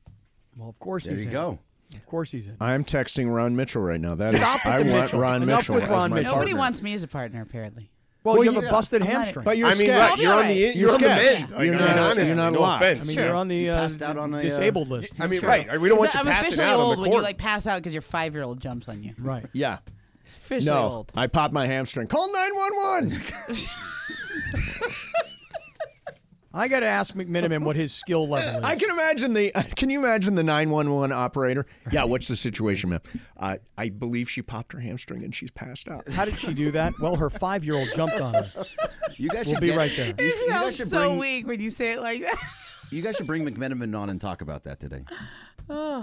well, of course
There
he's
you
in.
go.
Of course he's in.
I'm texting Ron Mitchell right now. That is,
Stop with
I
the
want
Mitchell.
Ron
Enough
Mitchell
with
as
Ron
my
Mitchell.
Nobody
partner.
wants me as a partner, apparently.
Well,
Well,
you
you-
have a busted hamstring.
But you're
I mean,
sketch.
right, you're on
I'll be
the
right.
you're on the
You're
bench.
sketched.
Like,
You're not-
I mean,
you're
honestly,
not
no
allowed.
offense.
I mean,
Sure.
you're on the uh,
Passed out on a, uh,
disabled list.
I mean,
Sure.
right? We don't want you
I'm
passing
officially
out on
old
the
when you
court.
like pass out because your five year old jumps on you.
right.
Yeah.
Officially
No,
old.
I popped my hamstring. Call 911.
I got to ask McMiniman what his skill level is.
I can imagine the. uh, Can you imagine the 911 operator? Yeah, what's the situation, ma'am? Uh, I believe she popped her hamstring and she's passed out.
How did she do that? Well, her five-year-old jumped on her.
You guys
We'll
should
be
get-
right there.
You,
It
sh- you guys
sounds
should
so
bring
weak when you say it like that.
you guys should bring McMenamin on and talk about that today.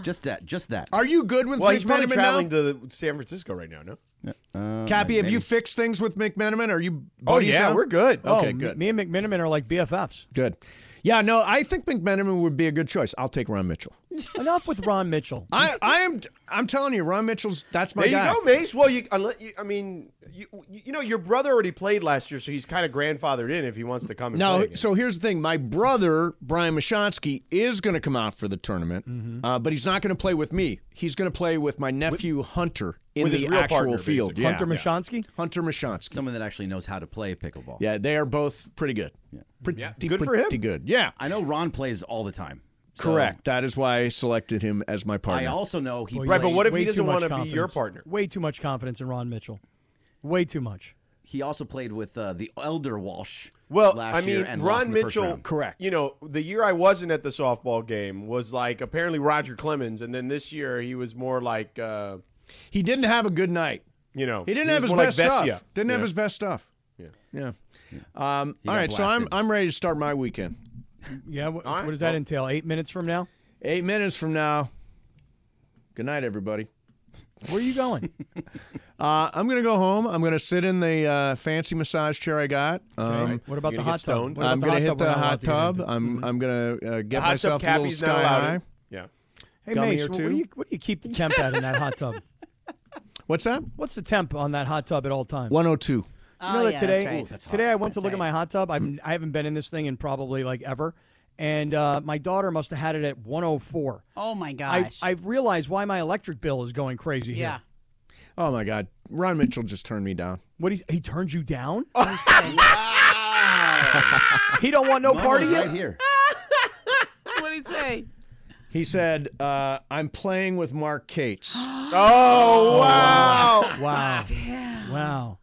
just that, just that.
Are you good with
Well, he's probably
McMenamin now?
traveling to San Francisco right now. No.
Uh,
Cappy, have
maybe.
you fixed things with McMenamin? Are you?
Oh
Buddies
yeah,
now?
we're good.
Oh,
Okay,
m-
good.
Me and McMiniman are like BFFs.
Good. Yeah, no, I think McMenamin would be a good choice. I'll take Ron Mitchell.
Enough with Ron Mitchell.
I, I am. I'm telling you, Ron Mitchell's. That's my
There you
guy.
go, Mace. Well, you, unless you, I mean, you, you know, your brother already played last year, so he's kind of grandfathered in if he wants to come. And play
No,
again.
so here's the thing. My brother Brian Mashansky is going to come out for the tournament,
Mm-hmm.
uh, but he's not going to play with me. He's going to play with my nephew Hunter in
with his
the
real
actual
partner,
field.
basically.
Yeah,
Hunter
yeah.
Mashansky.
Hunter Mashansky.
someone that actually knows how to play pickleball?
Yeah, they are both pretty good. Pretty,
Good for him.
pretty good. Yeah,
I know Ron plays all the time. So
correct. That is why I selected him as my
I
partner.
also know he.
Right, but
plays-
what if
Way
he
too
doesn't
much
wanna be your
confidence.
partner?
Way too much confidence in Ron Mitchell. Way too much.
he also played with uh, the elder Walsh?
Well,
last
I mean,
year and lost
Ron
in the first
Mitchell,
round.
Correct.
You know, the year I wasn't at the softball game was like apparently Roger Clemens, and then this year he was more like, uh,
he didn't have a good night.
you know,
He didn't
was
have his
more like
best
Vesia.
stuff. Didn't have
Yeah.
his best stuff. Yeah. Yeah. Um, all
got
right, so I'm
blasted.
I'm ready to start my weekend.
Yeah. What,
All right,
what does that
well-
entail? Eight minutes from now.
Eight minutes from now. Good night, everybody.
Where are you going?
Uh, I'm gonna go home. I'm gonna sit in the uh, fancy massage chair I got. Um,
what about the
You're gonna get
hot tub?
stoned?
What about
I'm
the
gonna
hot
hit
tub? We're
the
not allowed
hot
to get into?
tub. I'm I'm gonna uh, get
The hot tub
myself a little
Cappy's not
sky
allowed
high.
it. Yeah.
Hey,
Gummy
Mace,
or
what do
two?
you what do you keep the temp at in that hot tub?
What's that?
What's the temp on that hot tub at all times?
102.
You know
Oh,
that
yeah,
today,
that's right. Ooh, that's
today
hot.
I went to
That's
look at
right.
my hot tub. I'm, I haven't been in this thing in probably like ever, and uh, my daughter must have had it at 104.
Oh my
I,
gosh.
I've realized why my electric bill is going crazy
yeah.
here.
Oh my God, Ron Mitchell just turned me down.
What he he turned you down? he don't want no
Momo's
part of
right
you.
here.
what did he say?
He said, uh, "I'm playing with Mark Cates."
Oh, wow.
Wow, wow.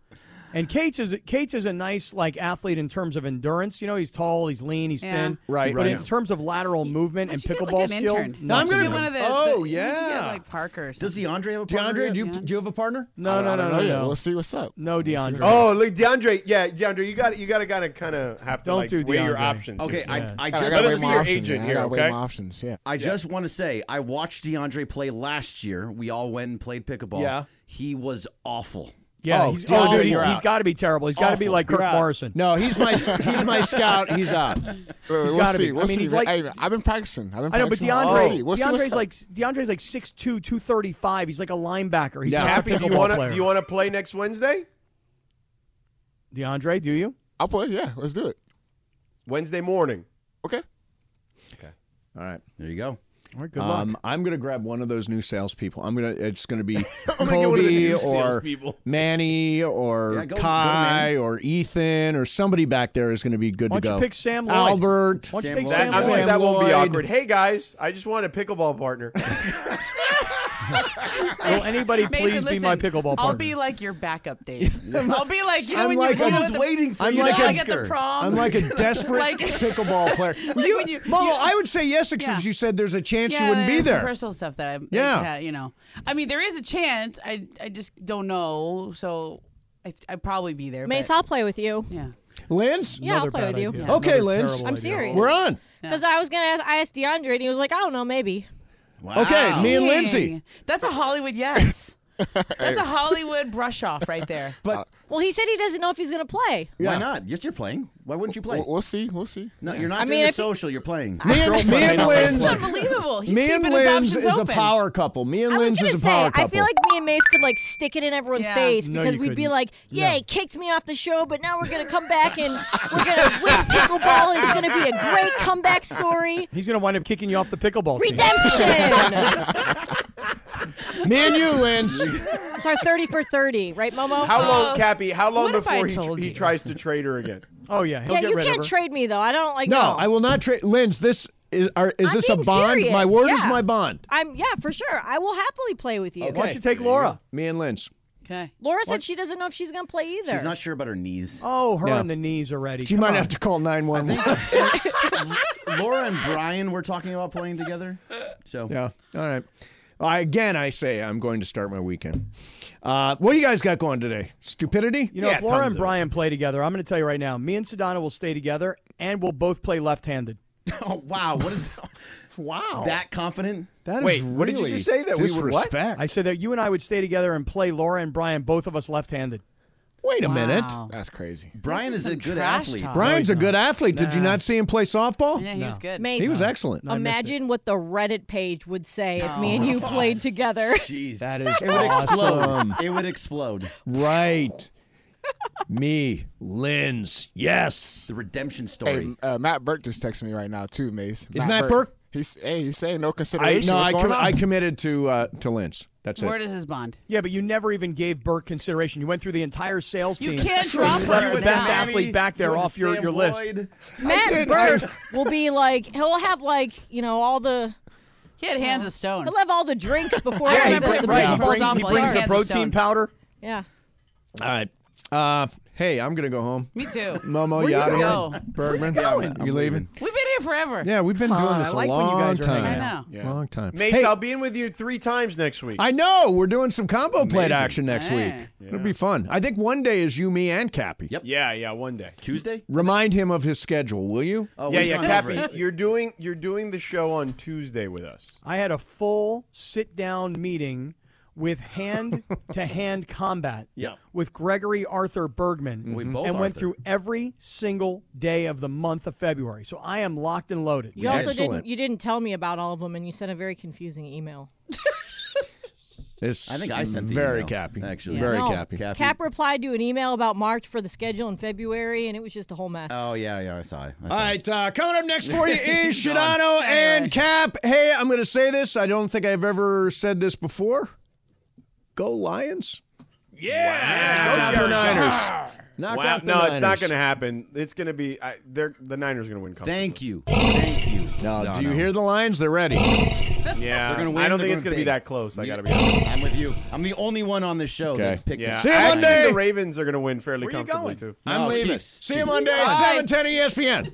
And Cates is Cates is a nice like athlete in terms of endurance. You know, he's tall, he's lean, he's
Yeah.
thin.
Right,
But
right.
in terms of lateral movement and
Why'd you get, like,
pickleball
an
skill,
intern?
no,
I'm
Did you
gonna
get one of the,
Oh,
the- why don't you get,
yeah.
like Parker or something?
Does DeAndre have a partner
DeAndre,
yet?
do you do you have a partner?
no, no, no, no,
yeah,
no.
Let's see what's up.
No, DeAndre.
Oh, look, DeAndre. Yeah, DeAndre, you got you got to kind of kind of have to
Don't
like,
do
weigh your
DeAndre.
options.
Okay,
here.
Yeah.
I, I
I
just
Let
gotta
us
weigh
be
my
your
options.
agent
man.
here,
I gotta
okay?
weigh my options. Yeah.
I just want to say I watched DeAndre play last year. We all went and played pickleball.
Yeah.
He was awful.
Yeah,
Oh,
he's,
dude,
oh,
you're
dude, he's,
out.
he's got to be terrible. He's got to be
Awful.
like Kirk
You're out.
Morrison.
No, he's my he's my scout. He's out.
Wait, wait,
gotta
we'll
be.
see.
I
We'll
mean,
see.
he's
man.
like-
Hey, I've been practicing. I've been
I know, but
practicing.
DeAndre,
We'll see. We'll see
DeAndre's
what's
like DeAndre's like 6'2", 235. He's like a linebacker. He's
Yeah.
not
Cappy,
a
do you
pickleball
want to
player.
do you want to play next Wednesday?
DeAndre, do you?
up. I'll play. Yeah, let's do it.
Wednesday morning.
Okay.
All right.
There you go.
All right, good luck.
Um, I'm gonna grab one of those new salespeople. I'm gonna. It's gonna be
gonna get one of the
Kobe
new
or
salespeople.
Manny or
Yeah, go- go,
Kai or Ethan or somebody back there is gonna be good
Why
to
don't
go.
you pick Sam Lloyd?
Albert.
Why don't you pick
That, I'm sure
Sam
that won't be
Lloyd.
awkward. Hey guys, I just want a pickleball partner.
Will anybody
Mason,
please be my
listen,
pickleball
I'll
partner?
be like your backup, Dave. I'll be like you know
I'm
when
like
you
a-
go to the,
waiting for
I'm
you to
like
ask
a, at
her.
the prom.
I'm like a desperate
Like-
pickleball player.
Like
you,
when you-
Momo,
you-
I would say yes, except you said there's a chance
yeah,
you wouldn't be
there's some
there.
Personal stuff that I'm.
Yeah.
Yeah. you know, I mean, there is a chance. I I just don't know, so I I'd probably be there.
Mace,
but-
I'll play with you.
Yeah.
Linz?
Yeah, I'll play with you.
Okay, Linz.
I'm serious.
We're on.
Because I was gonna ask, I asked DeAndre, and he was like, I don't know, maybe.
Okay, me and Lindsay.
Dang. That's a Hollywood yes. That's a Hollywood brush off right there.
But
Well, he said he doesn't know if he's gonna play.
why not? Yes, you're playing. Why wouldn't you play?
We'll see. We'll see.
No, you're not
I
doing
mean,
a
if he-
social. You're playing.
Me and- me and Lynn's-
It's unbelievable. He's
me and
keeping his
Linz is
options open.
a power couple. Me and Linz is a
Say,
power couple.
I feel like me and Mace could like stick it in everyone's
Yeah.
face
No,
because
you
we'd be
couldn't.
like, "Yeah, he kicked me off the show, but now we're gonna come back and we're gonna win pickleball, and it's gonna be a great comeback story."
He's going to wind up kicking you off the pickleball team.
Redemption.
Me and you, Linz.
it's our thirty for thirty, right, Momo?
How long, Cappy? How long
what if I
before he, tr-
told
he
you?
tries to trade her again?
Oh yeah,
yeah, you can't trade me though. I don't like.
no,
no.
I will not trade. Linz, this is, are, is
I'm
this a
being
bond?
serious,
My word is
yeah.
my bond.
I'm yeah, for sure. I will happily play with you.
Okay. Me and Linz.
Okay.
Laura said she doesn't know if she's gonna play either.
She's not sure about her knees.
Oh, her
Yeah.
on the knees already.
She
Come
might
on.
have to call 911.
Laura and Brian were talking about playing together. So
Yeah. All right. I, again, I say I'm going to start my weekend. Uh, what do you guys got going today? Stupidity?
You know,
Yeah,
if Laura
tons
and
of it.
Brian play together, I'm going to tell you right now, me and Sedona will stay together and we'll both play left-handed.
Oh wow! What is
wow?
That confident?
That is Wait, what did you really just say that we would what? disrespect.
I said that you and I would stay together and play Laura and Brian, both of us left-handed.
Wait a minute.
That's crazy.
Brian is a good
trash
athlete.
talk.
Brian's a good athlete. Did you
Nah.
not see him play softball?
Yeah, he was good.
Mace,
He was excellent.
Imagine what the Reddit page would say if me and you played together.
Jeez,
that is
it would
awesome.
explode. It would explode.
Right. Me, Linz. Yes.
The redemption story.
Hey, uh, Matt Burke just texted me right now too, Mace.
Is Matt Burke-
He's hey, he's saying no
I
consideration.
no,
What's
I,
going
com-
on?
I committed to uh, to Linz. That's
Where
it.
does his bond?
Yeah, but you never even gave Burke consideration. You went through the entire sales
You
team.
can't drop
you
her
left the
now.
best
Sammy,
athlete back
you
there
went to
off your,
Sam
your list.
Lloyd.
Matt
did- I-
Burke will be like, he'll have like, you know, all the.
He had hands of stone.
He'll have all the drinks before
I
I
remember
remember the
Right, he
Yeah.
brings, he
Yeah.
brings the
Yeah.
protein powder.
Yeah.
All right. Uh, hey, I'm gonna go home.
Me too.
Momo
Where you
Yadier,
go?
Bergman. You, leaving?
We've been here forever.
Yeah, we've been
Come
doing
on,
this
I
a
like when you
long
guys are
time.
hanging
out. I
Long time.
Mace,
Hey,
I'll be in with you three times next week.
I know we're doing some combo plate action next
Hey.
week. It'll be fun. I think one day is you, me, and Cappy.
Yep.
yeah, yeah, one day.
Tuesday.
Remind him of his schedule, will you?
Oh,
yeah,
he's
yeah,
gone over it.
Cappy, you're doing you're doing the show on Tuesday with us.
I had a full sit down meeting with hand to hand combat
Yeah.
with Gregory Arthur Bergman
Mm-hmm.
We both
and went
Arthur.
through every single day of the month of February. So I am locked and loaded.
You also
Excellent.
didn't you didn't tell me about all of them, and you sent a very confusing email.
It's
I think I sent the
very
email,
Cappy.
actually.
very
No.
Cappy.
Cap replied to an email about March for the schedule in February, and it was just a whole mess.
Oh yeah, yeah. I saw it. I saw
All
it.
right, uh, coming up next for you is
Done.
Shadano and Cap. Hey, I'm going to say this. I don't think I've ever said this before. Go Lions. Yeah. Knock out the Niners. Knock
Wow.
out the
No,
Niners.
it's not going to happen. It's going to be I, they're the Niners are going to win.
Thank you. Thank you.
Now,
Sedano.
Uh, do you hear the Lions? They're ready.
comfortably. Yeah,
They're gonna win,
I don't
they're
think it's
gonna
going to be
big.
that close. I got to be. honest.
I'm with you. I'm the only one on this show
Okay.
that picked
Yeah,
this.
See you
I actually
Oh,
Monday.
think The Ravens are going to win fairly
Where you
comfortably
going?
too.
I'm
No,
leaving.
Chiefs.
See you
Chiefs.
Monday, E
Bye.
710 ESPN.